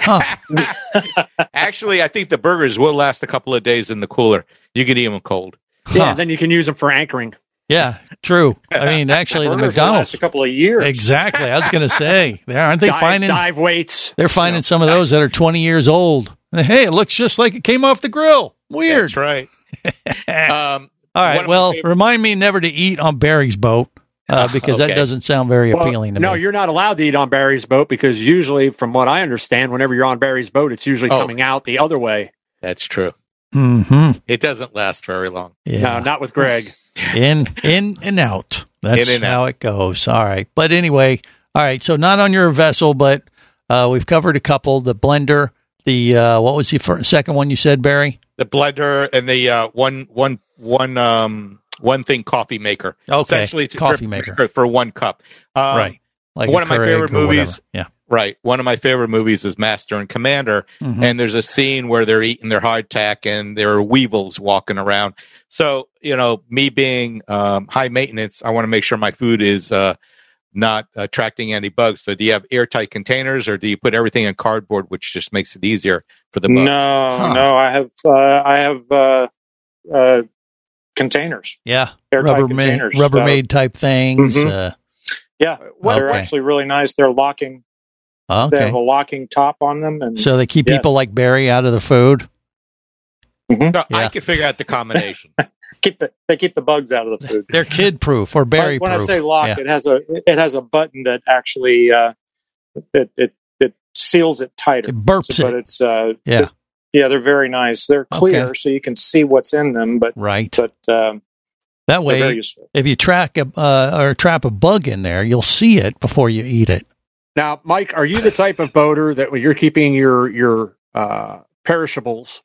Speaker 2: Actually, I think the burgers will last a couple of days in the cooler. You can eat them cold.
Speaker 4: Yeah, then you can use them for anchoring.
Speaker 1: Yeah, true. I mean, actually, the
Speaker 4: Burgers
Speaker 1: McDonald's
Speaker 4: last a couple of years.
Speaker 1: Exactly. I was going to say, there aren't they
Speaker 4: dive,
Speaker 1: finding
Speaker 4: dive weights?
Speaker 1: they're finding some of those that are twenty years old. Hey, it looks just like it came off the grill. Weird.
Speaker 2: That's right. um,
Speaker 1: All
Speaker 2: one
Speaker 1: right.
Speaker 2: of my
Speaker 1: Well,
Speaker 2: favorite-
Speaker 1: remind me never to eat on Barry's boat uh, because that
Speaker 4: Okay.
Speaker 1: doesn't sound very
Speaker 4: Well,
Speaker 1: appealing to
Speaker 4: no,
Speaker 1: me.
Speaker 4: you're not allowed to eat on Barry's boat because usually, from what I understand, whenever you're on Barry's boat, it's usually
Speaker 2: Oh.
Speaker 4: coming out the other way.
Speaker 2: that's true.
Speaker 1: hmm
Speaker 2: It doesn't last very long.
Speaker 4: No, not with Greg.
Speaker 1: in in and out. That's
Speaker 2: In and
Speaker 1: how it goes. All right. But anyway, all right. So not on your vessel, but uh, we've covered a couple. The blender. The uh, what was the fir- second one you said, Barry?
Speaker 2: the blender and the uh, one one one um one thing coffee maker.
Speaker 1: Okay,
Speaker 2: essentially it's a
Speaker 1: coffee
Speaker 2: drip
Speaker 1: maker.
Speaker 2: for one cup. Um,
Speaker 1: Right. Like
Speaker 2: one
Speaker 1: a
Speaker 2: of my
Speaker 1: Keurig
Speaker 2: favorite
Speaker 1: or whatever.
Speaker 2: movies.
Speaker 1: Yeah.
Speaker 2: Right. One of my favorite movies is Master and Commander,
Speaker 1: Mhm.
Speaker 2: and there's a scene where they're eating their hardtack and there are weevils walking around. So you know, me being um, high maintenance, I want to make sure my food is. Uh, not attracting any bugs. So, do you have airtight containers, or do you put everything in cardboard, which just makes it easier for the bugs?
Speaker 3: No,
Speaker 2: Huh.
Speaker 3: no, I have uh, I have uh, uh, containers.
Speaker 1: Yeah.
Speaker 3: Airtight
Speaker 1: Rubbermaid
Speaker 3: containers, so-
Speaker 1: Rubbermaid type things.
Speaker 3: Mhm.
Speaker 1: Uh,
Speaker 3: Yeah, they're
Speaker 1: Okay.
Speaker 3: actually really nice. They're locking. They
Speaker 1: uh, okay.
Speaker 3: have a locking top on them, and
Speaker 1: So they keep
Speaker 3: Yes.
Speaker 1: people like Barry out of the food.
Speaker 2: No,
Speaker 1: Yeah.
Speaker 2: I can figure out the combination.
Speaker 3: keep the they keep the bugs out of the food.
Speaker 1: They're kid proof or Barry
Speaker 3: But when
Speaker 1: proof.
Speaker 3: I say lock,
Speaker 1: Yeah.
Speaker 3: it has a it has a button that actually uh, it, it it seals it tighter.
Speaker 1: It burps
Speaker 3: So, but
Speaker 1: it.
Speaker 3: it's uh,
Speaker 1: Yeah.
Speaker 3: it- yeah, they're very nice. They're clear, so you can see what's in them. But
Speaker 1: Right.
Speaker 3: but um,
Speaker 1: that
Speaker 3: they're very
Speaker 1: way,
Speaker 3: useful.
Speaker 1: if you track a uh, or trap a bug in there, you'll see it before you eat it.
Speaker 4: Now, Mike, are you the type of boater that when you're keeping your your uh, perishables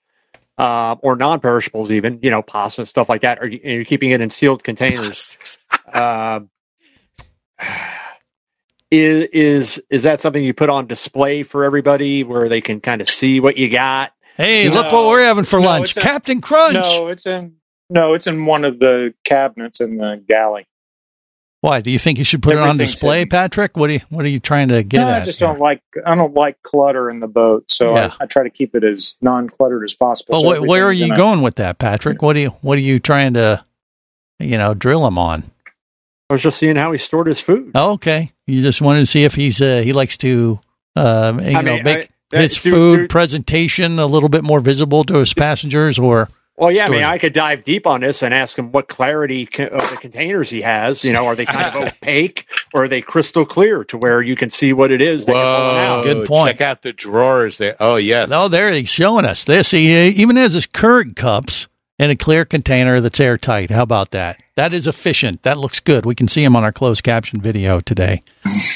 Speaker 4: uh, or non-perishables, even you know, pasta and stuff like that, are you and you're keeping it in sealed containers? Um is is is that something you put on display for everybody where they can kind of see what you got?
Speaker 1: Hey,
Speaker 3: No.
Speaker 1: look what we're having for
Speaker 3: No,
Speaker 1: lunch.
Speaker 3: it's a-
Speaker 1: Captain Crunch.
Speaker 3: No, it's in no, it's in one of the cabinets in the galley.
Speaker 1: Why? Do you think you should put it on
Speaker 3: Everything's
Speaker 1: display, Patrick? What do you what are you trying to get
Speaker 3: No,
Speaker 1: at?
Speaker 3: I just don't like I don't like clutter in the boat, so
Speaker 1: Yeah.
Speaker 3: I, I try to keep it as non-cluttered as possible.
Speaker 1: Well,
Speaker 3: so
Speaker 1: wh- where are
Speaker 3: everything's
Speaker 1: you
Speaker 3: in a-
Speaker 1: going with that, Patrick? What do you what are you trying to, you know, drill him on?
Speaker 4: I was just seeing how he stored his food.
Speaker 1: Oh, okay, you just wanted to see if he's uh, he likes to, um, you
Speaker 4: I
Speaker 1: know,
Speaker 4: mean,
Speaker 1: make
Speaker 4: I- that-
Speaker 1: his
Speaker 4: dude-
Speaker 1: food
Speaker 4: dude-
Speaker 1: presentation a little bit more visible to his passengers, or
Speaker 4: Well, yeah, I mean,
Speaker 1: Stores.
Speaker 4: I could dive deep on this and ask him what clarity co- of the containers he has. You know, are they kind of opaque or are they crystal clear to where you can see what it is? that you're pulling
Speaker 2: Whoa,
Speaker 4: out?
Speaker 1: Good point.
Speaker 2: Check out the drawers there. Oh, yes.
Speaker 1: no, there he's showing us this. He even has his Keurig cups in a clear container that's airtight. How about that? That is efficient. That looks good. We can see him on our closed caption video today.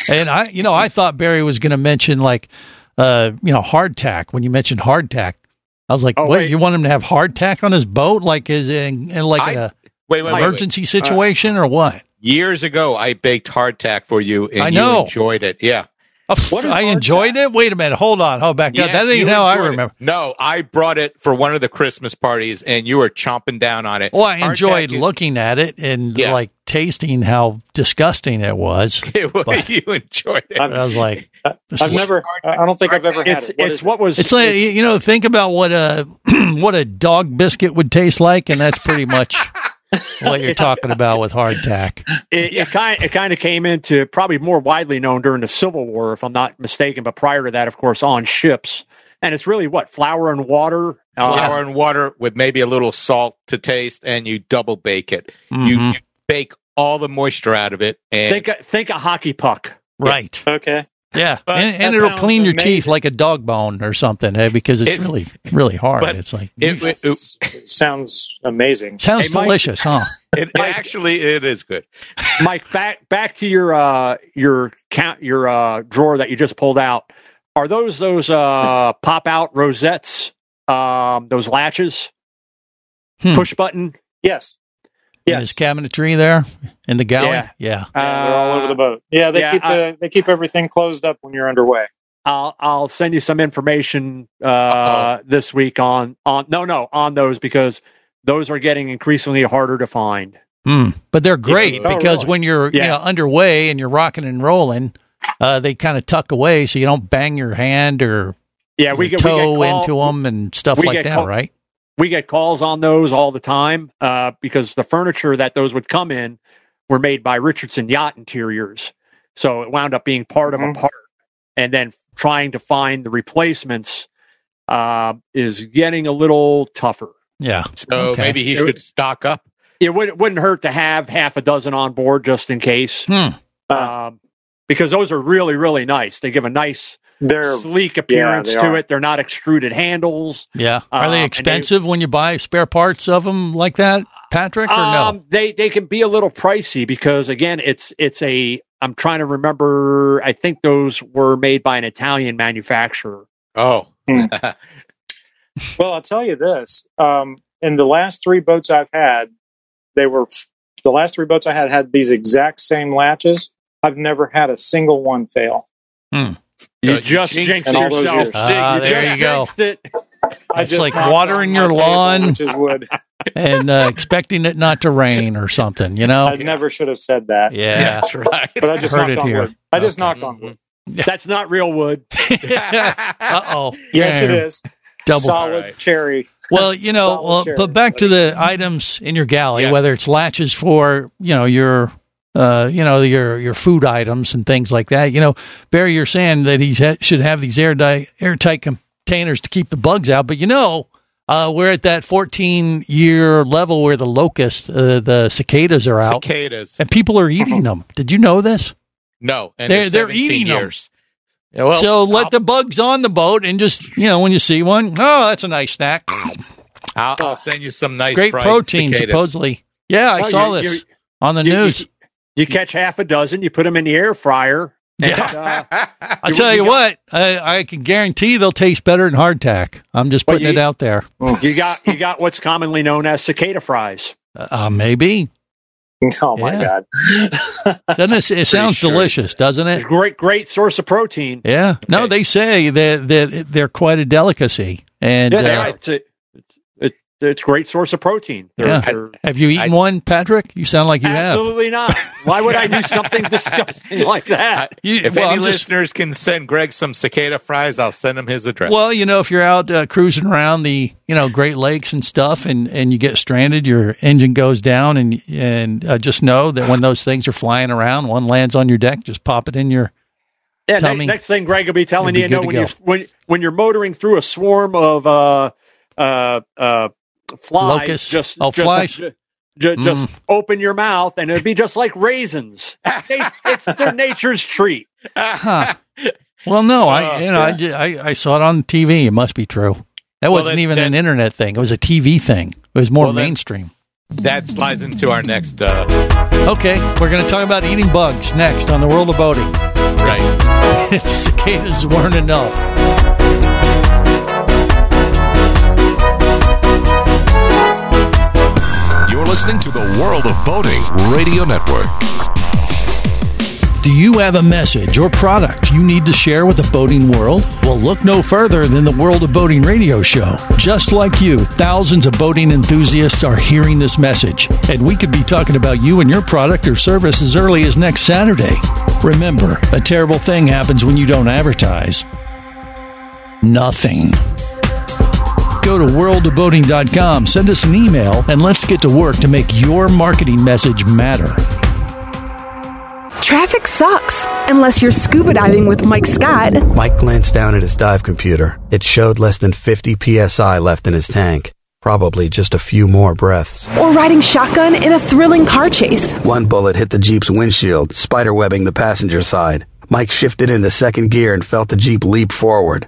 Speaker 1: and I, you know, I thought Barry was going to mention like, uh, you know, hardtack. When you mentioned hardtack, I was like,
Speaker 4: Oh,
Speaker 1: "What?
Speaker 4: wait.
Speaker 1: You want him to have hardtack on his boat, like is in, in like
Speaker 2: I-
Speaker 1: a
Speaker 2: Wait, wait, wait,
Speaker 1: emergency
Speaker 2: wait. Uh,
Speaker 1: situation, or what?"
Speaker 2: years ago, I baked hardtack for you, and
Speaker 1: I know.
Speaker 2: you enjoyed it. Yeah.
Speaker 1: What I enjoyed it. Wait a minute. Hold on. Hold back up.
Speaker 2: Yes,
Speaker 1: That ain't
Speaker 2: you
Speaker 1: how I
Speaker 2: enjoyed it.
Speaker 1: remember.
Speaker 2: No, I brought it for one of the Christmas parties, and you were chomping down on it.
Speaker 1: Well, I
Speaker 2: Hardtack
Speaker 1: enjoyed
Speaker 2: is-
Speaker 1: looking at it and
Speaker 2: Yeah.
Speaker 1: like tasting how disgusting it was. but
Speaker 2: you enjoyed it.
Speaker 1: I was like, this
Speaker 3: I've
Speaker 1: is-
Speaker 3: never. I I don't think I've ever had
Speaker 4: It's,
Speaker 3: it. What
Speaker 4: it's
Speaker 3: is
Speaker 4: what was.
Speaker 1: It's like you know, think about what a what a dog biscuit would taste like, and that's pretty much what you're talking about with hardtack.
Speaker 4: It, it kind it kind of came into probably more widely known during the Civil War, if I'm not mistaken. But prior to that, of course, on ships, and it's really what flour and water. uh,
Speaker 2: flour and water with maybe a little salt to taste, and you double bake it. You,
Speaker 1: Mm-hmm.
Speaker 2: you bake all the moisture out of it, and
Speaker 4: think think a hockey puck.
Speaker 1: Right.
Speaker 3: it? Okay.
Speaker 1: Yeah.
Speaker 2: But
Speaker 1: and
Speaker 2: that
Speaker 1: and it'll
Speaker 2: sounds
Speaker 1: clean your
Speaker 2: amazing.
Speaker 1: teeth like a dog bone or something, eh, because it's
Speaker 2: It-
Speaker 1: really, really hard.
Speaker 2: but
Speaker 1: It's like
Speaker 2: it, it, it,
Speaker 3: It sounds amazing.
Speaker 1: sounds
Speaker 4: Hey, Mike.
Speaker 1: delicious, huh?
Speaker 2: it actually it is good.
Speaker 4: Mike, back back to your uh your count your uh drawer that you just pulled out. Are those those uh pop out rosettes? Um those latches?
Speaker 1: Hmm.
Speaker 4: Push button?
Speaker 3: Yes.
Speaker 1: In his cabinetry there in the galley.
Speaker 4: Yeah.
Speaker 1: yeah.
Speaker 3: Yeah, they're all over the
Speaker 4: Uh,
Speaker 3: boat. Yeah, they
Speaker 4: yeah,
Speaker 3: keep the, they keep everything closed up when you're underway.
Speaker 4: I'll I'll send you some information uh
Speaker 2: Uh-oh.
Speaker 4: this week on on no no on those because those are getting increasingly harder to find.
Speaker 1: Mm. But they're great
Speaker 3: Oh,
Speaker 1: because
Speaker 3: really?
Speaker 1: when you're you
Speaker 4: Yeah.
Speaker 1: know underway and you're rocking and rolling, uh, they kind of tuck away so you don't bang your hand or
Speaker 4: Yeah,
Speaker 1: your
Speaker 4: we get, we get
Speaker 1: toe
Speaker 4: call-
Speaker 1: into them and stuff
Speaker 4: we
Speaker 1: like
Speaker 4: get
Speaker 1: that,
Speaker 4: call-
Speaker 1: right?
Speaker 4: we get calls on those all the time uh, because the furniture that those would come in were made by Richardson Yacht Interiors. So it wound up being part of
Speaker 3: Mhm.
Speaker 4: a part. And then trying to find the replacements uh, is getting a little tougher.
Speaker 1: Yeah.
Speaker 2: So
Speaker 1: Okay.
Speaker 2: maybe he
Speaker 4: It
Speaker 2: should
Speaker 4: would-
Speaker 2: stock up.
Speaker 4: It would, wouldn't hurt to have half a dozen on board just in case,
Speaker 1: Hmm.
Speaker 4: um, because those are really, really nice. They give a nice,
Speaker 3: They're
Speaker 4: sleek appearance
Speaker 3: they
Speaker 4: to
Speaker 3: are.
Speaker 4: it. They're not extruded handles.
Speaker 1: Yeah. Are
Speaker 4: Um, and
Speaker 1: they
Speaker 4: they-
Speaker 1: expensive when you buy spare parts of them like that, Patrick? Or no?
Speaker 4: Um, They they can be a little pricey because again, it's it's a. I'm trying to remember. I think those were made by an Italian manufacturer.
Speaker 2: Oh,
Speaker 4: Hmm.
Speaker 3: Well, I'll tell you this. Um, in the last three boats I've had, they were f- the last three boats I had had these exact same latches. I've never had a single one fail.
Speaker 4: You
Speaker 2: Uh,
Speaker 4: just
Speaker 2: you jinxed
Speaker 4: jinxed,
Speaker 3: it all those
Speaker 4: yourself.
Speaker 3: years.
Speaker 1: Ah,
Speaker 4: You
Speaker 1: there
Speaker 4: just
Speaker 1: you go.
Speaker 4: jinxed it.
Speaker 3: I
Speaker 1: It's
Speaker 3: just
Speaker 1: like
Speaker 3: knocked
Speaker 1: watering
Speaker 3: on
Speaker 1: your
Speaker 3: my
Speaker 1: lawn.
Speaker 3: which is wood.
Speaker 1: and uh, expecting it not to rain or something, you know?
Speaker 3: I never should have said that.
Speaker 1: yeah.
Speaker 2: that's right.
Speaker 3: But I just
Speaker 1: Heard it
Speaker 3: knocked on
Speaker 1: here.
Speaker 3: wood. I just
Speaker 1: Okay. Mm-hmm.
Speaker 3: knocked on wood.
Speaker 4: That's not real wood.
Speaker 1: uh oh.
Speaker 3: Yes, it is.
Speaker 1: Double
Speaker 3: Solid cherry.
Speaker 1: Well, you know,
Speaker 3: Solid
Speaker 1: well,
Speaker 3: cherry.
Speaker 1: but back to the items in your galley,
Speaker 2: Yes.
Speaker 1: whether it's latches for you know your, uh, you know your your food items and things like that. You know, Barry, you're saying that he ha- should have these airtight airtight containers to keep the bugs out, but you know. Uh, we're at that 14 year level where the locusts, uh, the cicadas are out,
Speaker 2: Cicadas.
Speaker 1: and people are eating them. Did you know this?
Speaker 2: No, and
Speaker 1: They're-
Speaker 2: they're,
Speaker 1: they're
Speaker 2: 17
Speaker 1: eating 'em.
Speaker 2: years. Yeah, well,
Speaker 1: so let
Speaker 2: I'll-
Speaker 1: the bugs on the boat, and just you know, when you see one, oh, that's a nice snack.
Speaker 2: I'll, I'll send you some nice
Speaker 1: Great
Speaker 2: fried
Speaker 1: protein,
Speaker 2: cicadas.
Speaker 1: supposedly. Yeah, I
Speaker 4: Well,
Speaker 1: saw
Speaker 4: you-
Speaker 1: this
Speaker 4: you-
Speaker 1: on the
Speaker 4: you- you-
Speaker 1: news.
Speaker 4: You catch half a dozen. You put them in the air fryer. and, uh,
Speaker 1: I'll tell you what, I, I can guarantee they'll taste better than hardtack. I'm just
Speaker 4: Well,
Speaker 1: putting
Speaker 4: you-
Speaker 1: it out there.
Speaker 4: you got you got what's commonly known as cicada fries.
Speaker 1: Uh, maybe.
Speaker 3: Oh my
Speaker 1: Yeah.
Speaker 3: god.
Speaker 1: Doesn't it, it sounds
Speaker 2: sure.
Speaker 1: delicious, doesn't it?
Speaker 4: Great great source of protein.
Speaker 1: Yeah. No,
Speaker 2: Okay.
Speaker 1: they say that, that they're quite a delicacy. And
Speaker 4: yeah,
Speaker 1: uh,
Speaker 4: yeah, it's, a, it's, it's, it's a great source of protein. They're-
Speaker 1: yeah.
Speaker 4: they're-
Speaker 1: have you eaten one, Patrick? You sound like you have.
Speaker 4: absolutely not. Why would I do something disgusting like that?
Speaker 2: if
Speaker 1: well,
Speaker 2: any
Speaker 1: I'm just-
Speaker 2: listeners can send Greg some cicada fries, I'll send him his address.
Speaker 1: Well, you know, if you're out uh, cruising around the you know Great Lakes and stuff, and and you get stranded, your engine goes down, and and uh, just know that when those things are flying around, one lands on your deck, just pop it in your
Speaker 4: Yeah, ne-
Speaker 1: tummy.
Speaker 4: next thing Greg will be telling
Speaker 1: It'd be
Speaker 4: you, you know,
Speaker 1: good
Speaker 4: when
Speaker 1: to
Speaker 4: you when when you're motoring through a swarm of uh uh uh flies,
Speaker 1: Locusts.
Speaker 4: just
Speaker 1: Oh,
Speaker 4: just,
Speaker 1: flies.
Speaker 4: ju- ju-
Speaker 1: Mm.
Speaker 4: Just, open your mouth, and it'd be just like raisins. They, it's their nature's treat.
Speaker 1: Huh. Well, no,
Speaker 2: Uh,
Speaker 1: I you know I ju- I, I saw it on TV. It must be true. That
Speaker 2: Well,
Speaker 1: wasn't
Speaker 2: then-
Speaker 1: even
Speaker 2: then-
Speaker 1: an internet thing. It was a TV thing. It was more
Speaker 2: Well, then-
Speaker 1: mainstream.
Speaker 2: That slides into our next. Uh,
Speaker 1: okay, we're going to talk about eating bugs next on the world of boating.
Speaker 2: Right.
Speaker 1: if cicadas weren't enough.
Speaker 5: You're listening to the World of Boating Radio Network.
Speaker 1: Do you have a message or product you need to share with the boating world? Well, look no further than the World of Boating radio show. Just like you, thousands of boating enthusiasts are hearing this message, and we could be talking about you and your product or service as early as next Saturday. Remember, a terrible thing happens when you don't advertise. Nothing. Go to worldofboating.com, send us an email, and let's get to work to make your marketing message matter.
Speaker 12: Traffic sucks, unless you're scuba diving with Mike Scott.
Speaker 13: Mike glanced down at his dive computer. It showed less than 50 psi left in his tank. Probably just a few more breaths.
Speaker 12: Or riding shotgun in a thrilling car chase.
Speaker 13: One bullet hit the Jeep's windshield, spiderwebbing the passenger side. Mike shifted into second gear and felt the Jeep leap forward.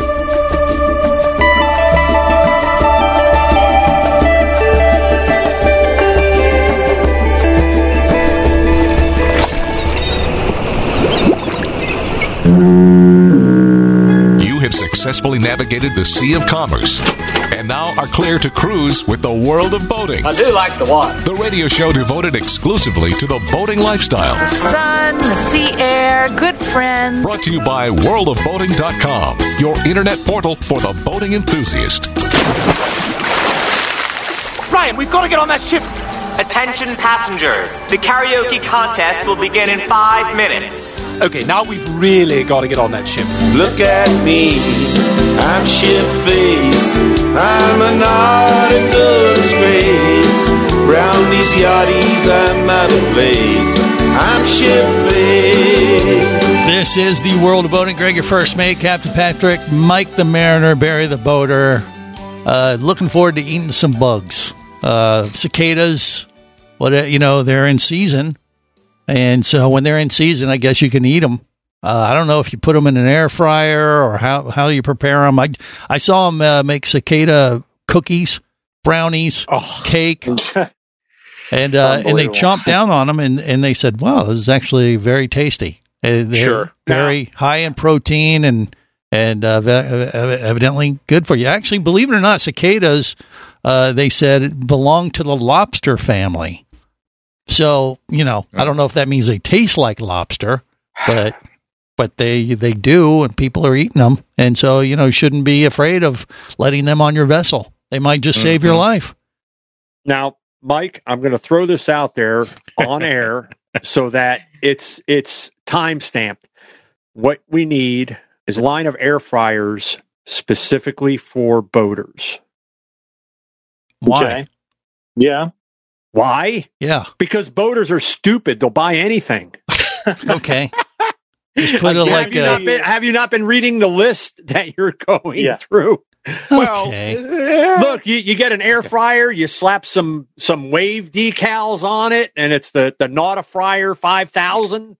Speaker 5: You have successfully navigated the Sea of Commerce and now are clear to cruise with the World of Boating. I do like the water. The radio show devoted exclusively to the boating lifestyle.
Speaker 14: sun, the sea air, good friends.
Speaker 5: Brought to you by worldofboating.com, your internet portal for the boating enthusiast.
Speaker 15: Ryan, we've got to get on that ship. Attention passengers. The karaoke contest will begin in five minutes.
Speaker 16: Okay, now we've really got to get on that ship. Look at me, I'm ship faced. I'm a nautical disgrace. Brownies, yachties, I'm out of place. I'm ship faced.
Speaker 1: This is the world of boating. Greg, your first mate, Captain Patrick, Mike the Mariner, Barry the Boater. Uh, looking forward to eating some bugs, uh, cicadas. What you know, they're in season, and so when they're in season, I guess you can eat them. Uh, I don't know if you put them in an air fryer or how how do you prepare them. I I saw them uh, make cicada cookies, brownies, cake, and uh, and they
Speaker 17: Unbelievable.
Speaker 1: chomped down on them, and and they said, "Wow, this is actually very tasty." Uh, they're
Speaker 17: Sure.
Speaker 1: very high in protein and and uh, ev- ev- evidently good for you. Actually, believe it or not, cicadas uh, they said belong to the lobster family. So you know, I don't know if that means they taste like lobster, but but they they do, and people are eating them, and so you know, you shouldn't be afraid of letting them on your vessel. They might just
Speaker 17: Mm-hmm.
Speaker 1: save your
Speaker 4: Mhm.
Speaker 1: life.
Speaker 4: Now, Mike, I'm going to throw this out there on air so that it's it's time stamped. What we need is a line of air fryers specifically for boaters.
Speaker 1: Why?
Speaker 3: Yeah.
Speaker 4: Why?
Speaker 1: Yeah.
Speaker 4: Because boaters are stupid. They'll buy anything.
Speaker 1: okay. Just put it
Speaker 4: Have
Speaker 1: like
Speaker 4: you
Speaker 1: a-
Speaker 4: not been- have you not been reading the list that you're going through? Well, look, you, you get an air fryer, you slap some some wave decals on it, and it's the the Nauta Fryer five thousand,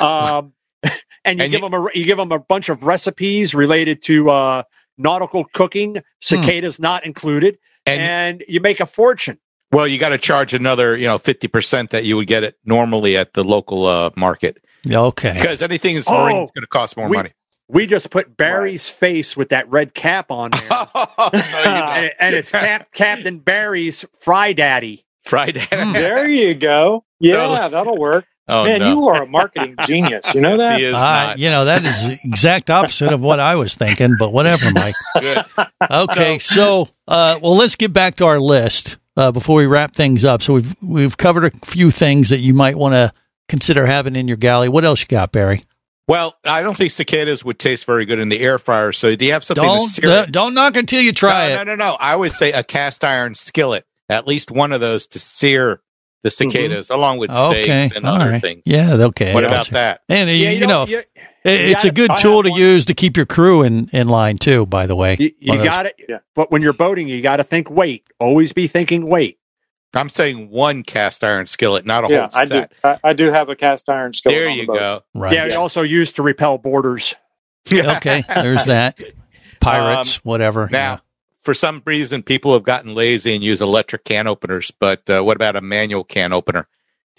Speaker 4: um, and you give them a you give 'em a bunch of recipes related to uh, nautical cooking,
Speaker 1: Hmm.
Speaker 4: cicadas not included, and, you make a fortune.
Speaker 2: Well, you got to charge another, you know, fifty percent that you would get it normally at the local uh, market
Speaker 1: Yeah, Okay.
Speaker 2: because anything is
Speaker 4: Oh,
Speaker 2: going to cost more
Speaker 4: we,
Speaker 2: money.
Speaker 4: We just put Barry's face with that red cap on there,
Speaker 1: Ah.
Speaker 2: Oh,
Speaker 4: and, it- and it's Cap, Captain Barry's Fry Daddy.
Speaker 2: Friday.
Speaker 3: there you go. Yeah,
Speaker 4: Totally.
Speaker 3: that'll work.
Speaker 2: Oh,
Speaker 3: Man,
Speaker 1: no. Uh,
Speaker 3: you are a marketing genius. You know that?
Speaker 1: I- you know that is the exact opposite of what I was thinking, but whatever, Mike. Okay, so uh, well, let's get back to our list uh, before we wrap things up. So we've we've covered a few things that you might want to consider having in your galley. What else you got, Barry?
Speaker 2: Well, I don't think cicadas would taste very good in the air fryer. So do you have something?
Speaker 1: Don't-
Speaker 2: to sear
Speaker 1: uh, don't knock until you try
Speaker 2: no,
Speaker 1: it.
Speaker 2: No, no, no. I would say a cast iron skillet, at least one of those to sear the cicadas, along with steaks
Speaker 1: Mm-hmm. okay,
Speaker 2: and
Speaker 1: all
Speaker 2: other
Speaker 1: right.
Speaker 2: things.
Speaker 1: Yeah, okay.
Speaker 2: What
Speaker 1: I
Speaker 2: about
Speaker 1: gotcha.
Speaker 2: that?
Speaker 1: And uh,
Speaker 2: Yeah,
Speaker 1: you,
Speaker 2: you
Speaker 1: know,
Speaker 2: don't- you-
Speaker 1: it- it's
Speaker 2: you
Speaker 1: a good
Speaker 2: gotta- I
Speaker 1: tool to use to keep your crew in in line too. By the way,
Speaker 4: You,
Speaker 1: One of
Speaker 4: you
Speaker 1: those-
Speaker 4: got it. But when you're boating, you got to think weight. Always be thinking weight.
Speaker 2: I'm saying one cast iron skillet, not a
Speaker 3: yeah,
Speaker 2: whole
Speaker 3: I do.
Speaker 2: set.
Speaker 3: I, I do have a cast iron skillet.
Speaker 2: There
Speaker 3: on the
Speaker 2: you
Speaker 3: boat.
Speaker 2: go.
Speaker 1: Right.
Speaker 4: Yeah, also used to repel borders.
Speaker 1: okay, there's that. Pirates,
Speaker 2: Um,
Speaker 1: whatever.
Speaker 2: Now, for some reason, people have gotten lazy and use electric can openers. But uh, what about a manual can opener?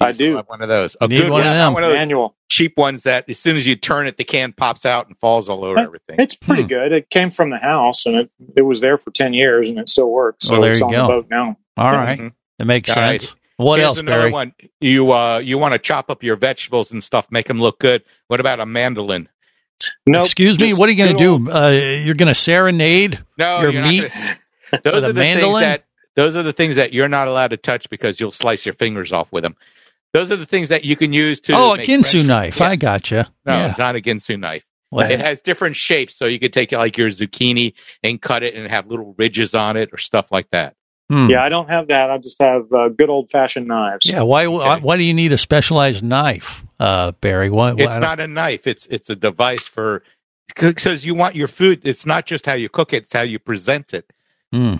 Speaker 2: I do have one of those. A
Speaker 1: Need one of them.
Speaker 2: one of those Hmm.
Speaker 3: Manual.
Speaker 2: cheap ones that as soon as you turn it, the can pops out and falls all over everything.
Speaker 3: It's pretty good. It came from the house, and it, it was there for ten years, and it still works. So
Speaker 2: Well, there
Speaker 3: it's
Speaker 2: you
Speaker 3: on
Speaker 2: go.
Speaker 3: the boat now.
Speaker 1: All right. That makes
Speaker 2: All right.
Speaker 1: sense. What
Speaker 2: Mm-hmm. Here's
Speaker 1: else,
Speaker 2: another
Speaker 1: Barry?
Speaker 2: one. You uh, you want to chop up your vegetables and stuff, make them look good. What about a mandolin?
Speaker 1: Excuse me. What are you going to do? Uh, you're going to serenade
Speaker 2: No,
Speaker 1: your
Speaker 2: you're not
Speaker 1: meat?
Speaker 2: gonna- those
Speaker 1: with a
Speaker 2: are the
Speaker 1: mandolin?
Speaker 2: things that those are the things that you're not allowed to touch because you'll slice your fingers off with them. Those are the things that you can use to.
Speaker 1: oh, a
Speaker 2: make
Speaker 1: Ginsu
Speaker 2: French-
Speaker 1: knife. I gotcha.
Speaker 2: No,
Speaker 1: yeah.
Speaker 2: it's not a Ginsu knife.
Speaker 1: What?
Speaker 2: It has different shapes, so you could take like your zucchini and cut it and have little ridges on it or stuff like that.
Speaker 3: Yeah, I don't have that. I just have uh, good old fashioned knives.
Speaker 1: hmm. Yeah. Why? Why, why do you need a specialized knife, uh, Barry? Why, why-
Speaker 2: It's not a knife. It's it's a device for because you want your food. It's not just how you cook it; it's how you present it.
Speaker 1: Hmm.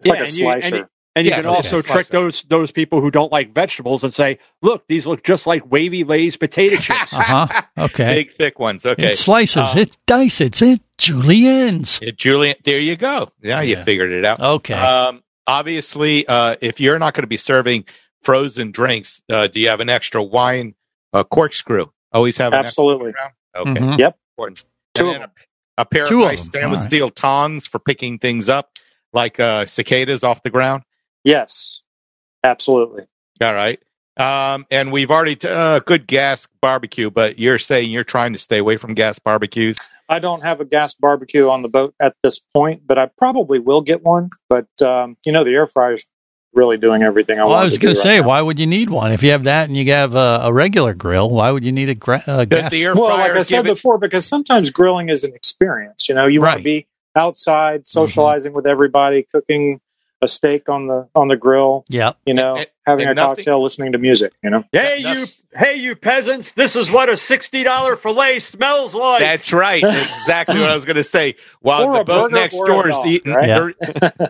Speaker 3: It's like a
Speaker 4: and you- and
Speaker 3: slicer.
Speaker 4: you- And you,
Speaker 2: Yes,
Speaker 4: can
Speaker 2: it's a
Speaker 4: also trick
Speaker 2: slicer.
Speaker 4: those those people who don't like vegetables and say, "Look, these look just like wavy Lay's potato chips."
Speaker 1: Uh huh. Okay.
Speaker 2: Big thick ones. Okay,
Speaker 1: It slices.
Speaker 2: Um,
Speaker 1: it dices. It juliennes.
Speaker 2: Yeah, Julian, there you go. Now you figured it out.
Speaker 1: Okay.
Speaker 2: Um, obviously, uh, if you're not going to be serving frozen drinks, uh, do you have an extra wine uh, corkscrew? Always have an extra
Speaker 3: Absolutely.
Speaker 2: one around?
Speaker 1: Mm-hmm.
Speaker 2: Okay.
Speaker 3: Mhm. Yep.
Speaker 2: Important.
Speaker 3: Two
Speaker 2: And then a, a pair
Speaker 3: Two
Speaker 2: of
Speaker 3: of
Speaker 2: nice
Speaker 3: them.
Speaker 2: stainless
Speaker 3: All right.
Speaker 2: steel tongs for picking things up, like uh, cicadas off the ground.
Speaker 3: Yes, absolutely.
Speaker 2: All right. Um, and we've already t- uh, good gas barbecue, but you're saying you're trying to stay away from gas barbecues.
Speaker 3: I don't have a gas barbecue on the boat at this point, but I probably will get one. But um, you know, the air fryer's really doing everything I
Speaker 1: Well,
Speaker 3: want.
Speaker 1: I was
Speaker 3: going
Speaker 1: going to say, why would you need one if you have that and you have a, a regular grill? Why would you need a gra- uh, gas?
Speaker 3: well, like I said before, because sometimes grilling is an experience. You know, you want to be outside, socializing with everybody, cooking a steak on the on the grill.
Speaker 1: yeah.
Speaker 3: You know, having
Speaker 4: and
Speaker 3: a
Speaker 4: nothing-
Speaker 3: cocktail, listening to music. You know,
Speaker 4: Hey you, hey you peasants! This is what a sixty dollar fillet smells like.
Speaker 2: That's right. Exactly what I was going to say. While
Speaker 4: Or
Speaker 2: the
Speaker 4: a
Speaker 2: boat
Speaker 4: burger
Speaker 2: next
Speaker 4: or a
Speaker 2: door is
Speaker 4: dog,
Speaker 2: eating,
Speaker 4: right?
Speaker 2: they're-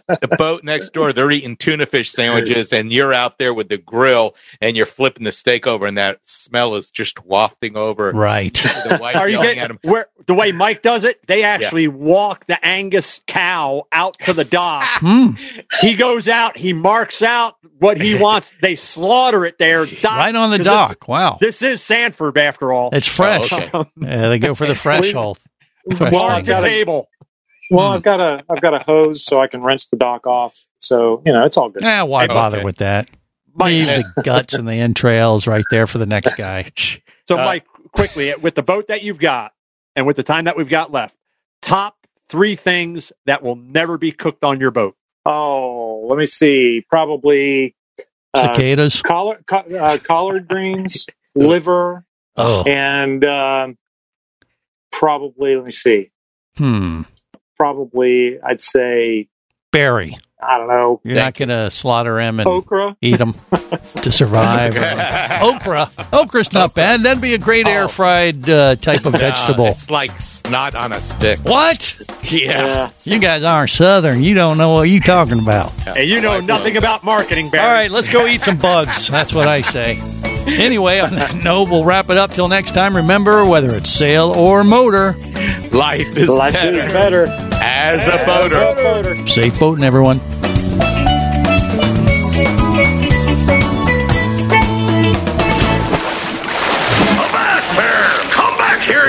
Speaker 2: the boat next door they're eating tuna fish sandwiches, and you're out there with the grill, and you're flipping the steak over, and that smell is just wafting over.
Speaker 1: Right.
Speaker 2: The wife
Speaker 4: Are you
Speaker 2: yelling at
Speaker 4: getting
Speaker 2: 'em,
Speaker 4: where the way Mike does it? They actually walk the Angus cow out to the dock.
Speaker 1: Hmm.
Speaker 4: He goes out. He marks out what he wants. They slaughter it there, dock,
Speaker 1: Right on the
Speaker 4: 'cause this-
Speaker 1: dock. Wow.
Speaker 4: This is Sanford, after all.
Speaker 1: It's fresh.
Speaker 4: Um,
Speaker 1: Yeah, they go for the fresh hole. Fresh
Speaker 4: well,
Speaker 1: thing.
Speaker 4: I've got a- table.
Speaker 3: Well, I've got a I've got a hose, so I can rinse the dock off. So you know, it's all good.
Speaker 1: Yeah, why bother with that? Leave
Speaker 4: uh,
Speaker 1: the guts and the entrails right there for the next guy.
Speaker 4: So, Mike, quickly with the boat that you've got and with the time that we've got left, top three things that will never be cooked on your boat.
Speaker 3: Oh, let me see. Probably
Speaker 1: uh, Cicadas?
Speaker 3: collard, co- uh, collard greens, liver,
Speaker 1: Oh.
Speaker 3: and um, probably. Let me see.
Speaker 1: Hmm.
Speaker 3: Probably, I'd say
Speaker 1: Barry.
Speaker 3: I don't know.
Speaker 1: You're not going to slaughter him and
Speaker 3: Okra?
Speaker 1: eat him to survive.
Speaker 2: Uh,
Speaker 1: okra. Okra's not bad. That'd be a great air fried uh, type of
Speaker 2: No,
Speaker 1: vegetable.
Speaker 2: it's like snot on a stick.
Speaker 1: What?
Speaker 2: Yeah.
Speaker 1: You guys aren't Southern. You don't know what you're talking about.
Speaker 4: And you know nothing about marketing, Barry.
Speaker 1: All right, let's go eat some bugs. That's what I say. Anyway, on that note, we'll wrap it up till next time. Remember, whether it's sail or motor,
Speaker 2: Life is
Speaker 1: Life
Speaker 2: better.
Speaker 1: is
Speaker 3: better
Speaker 2: as a boater.
Speaker 1: safe boating, everyone.
Speaker 5: Come back here,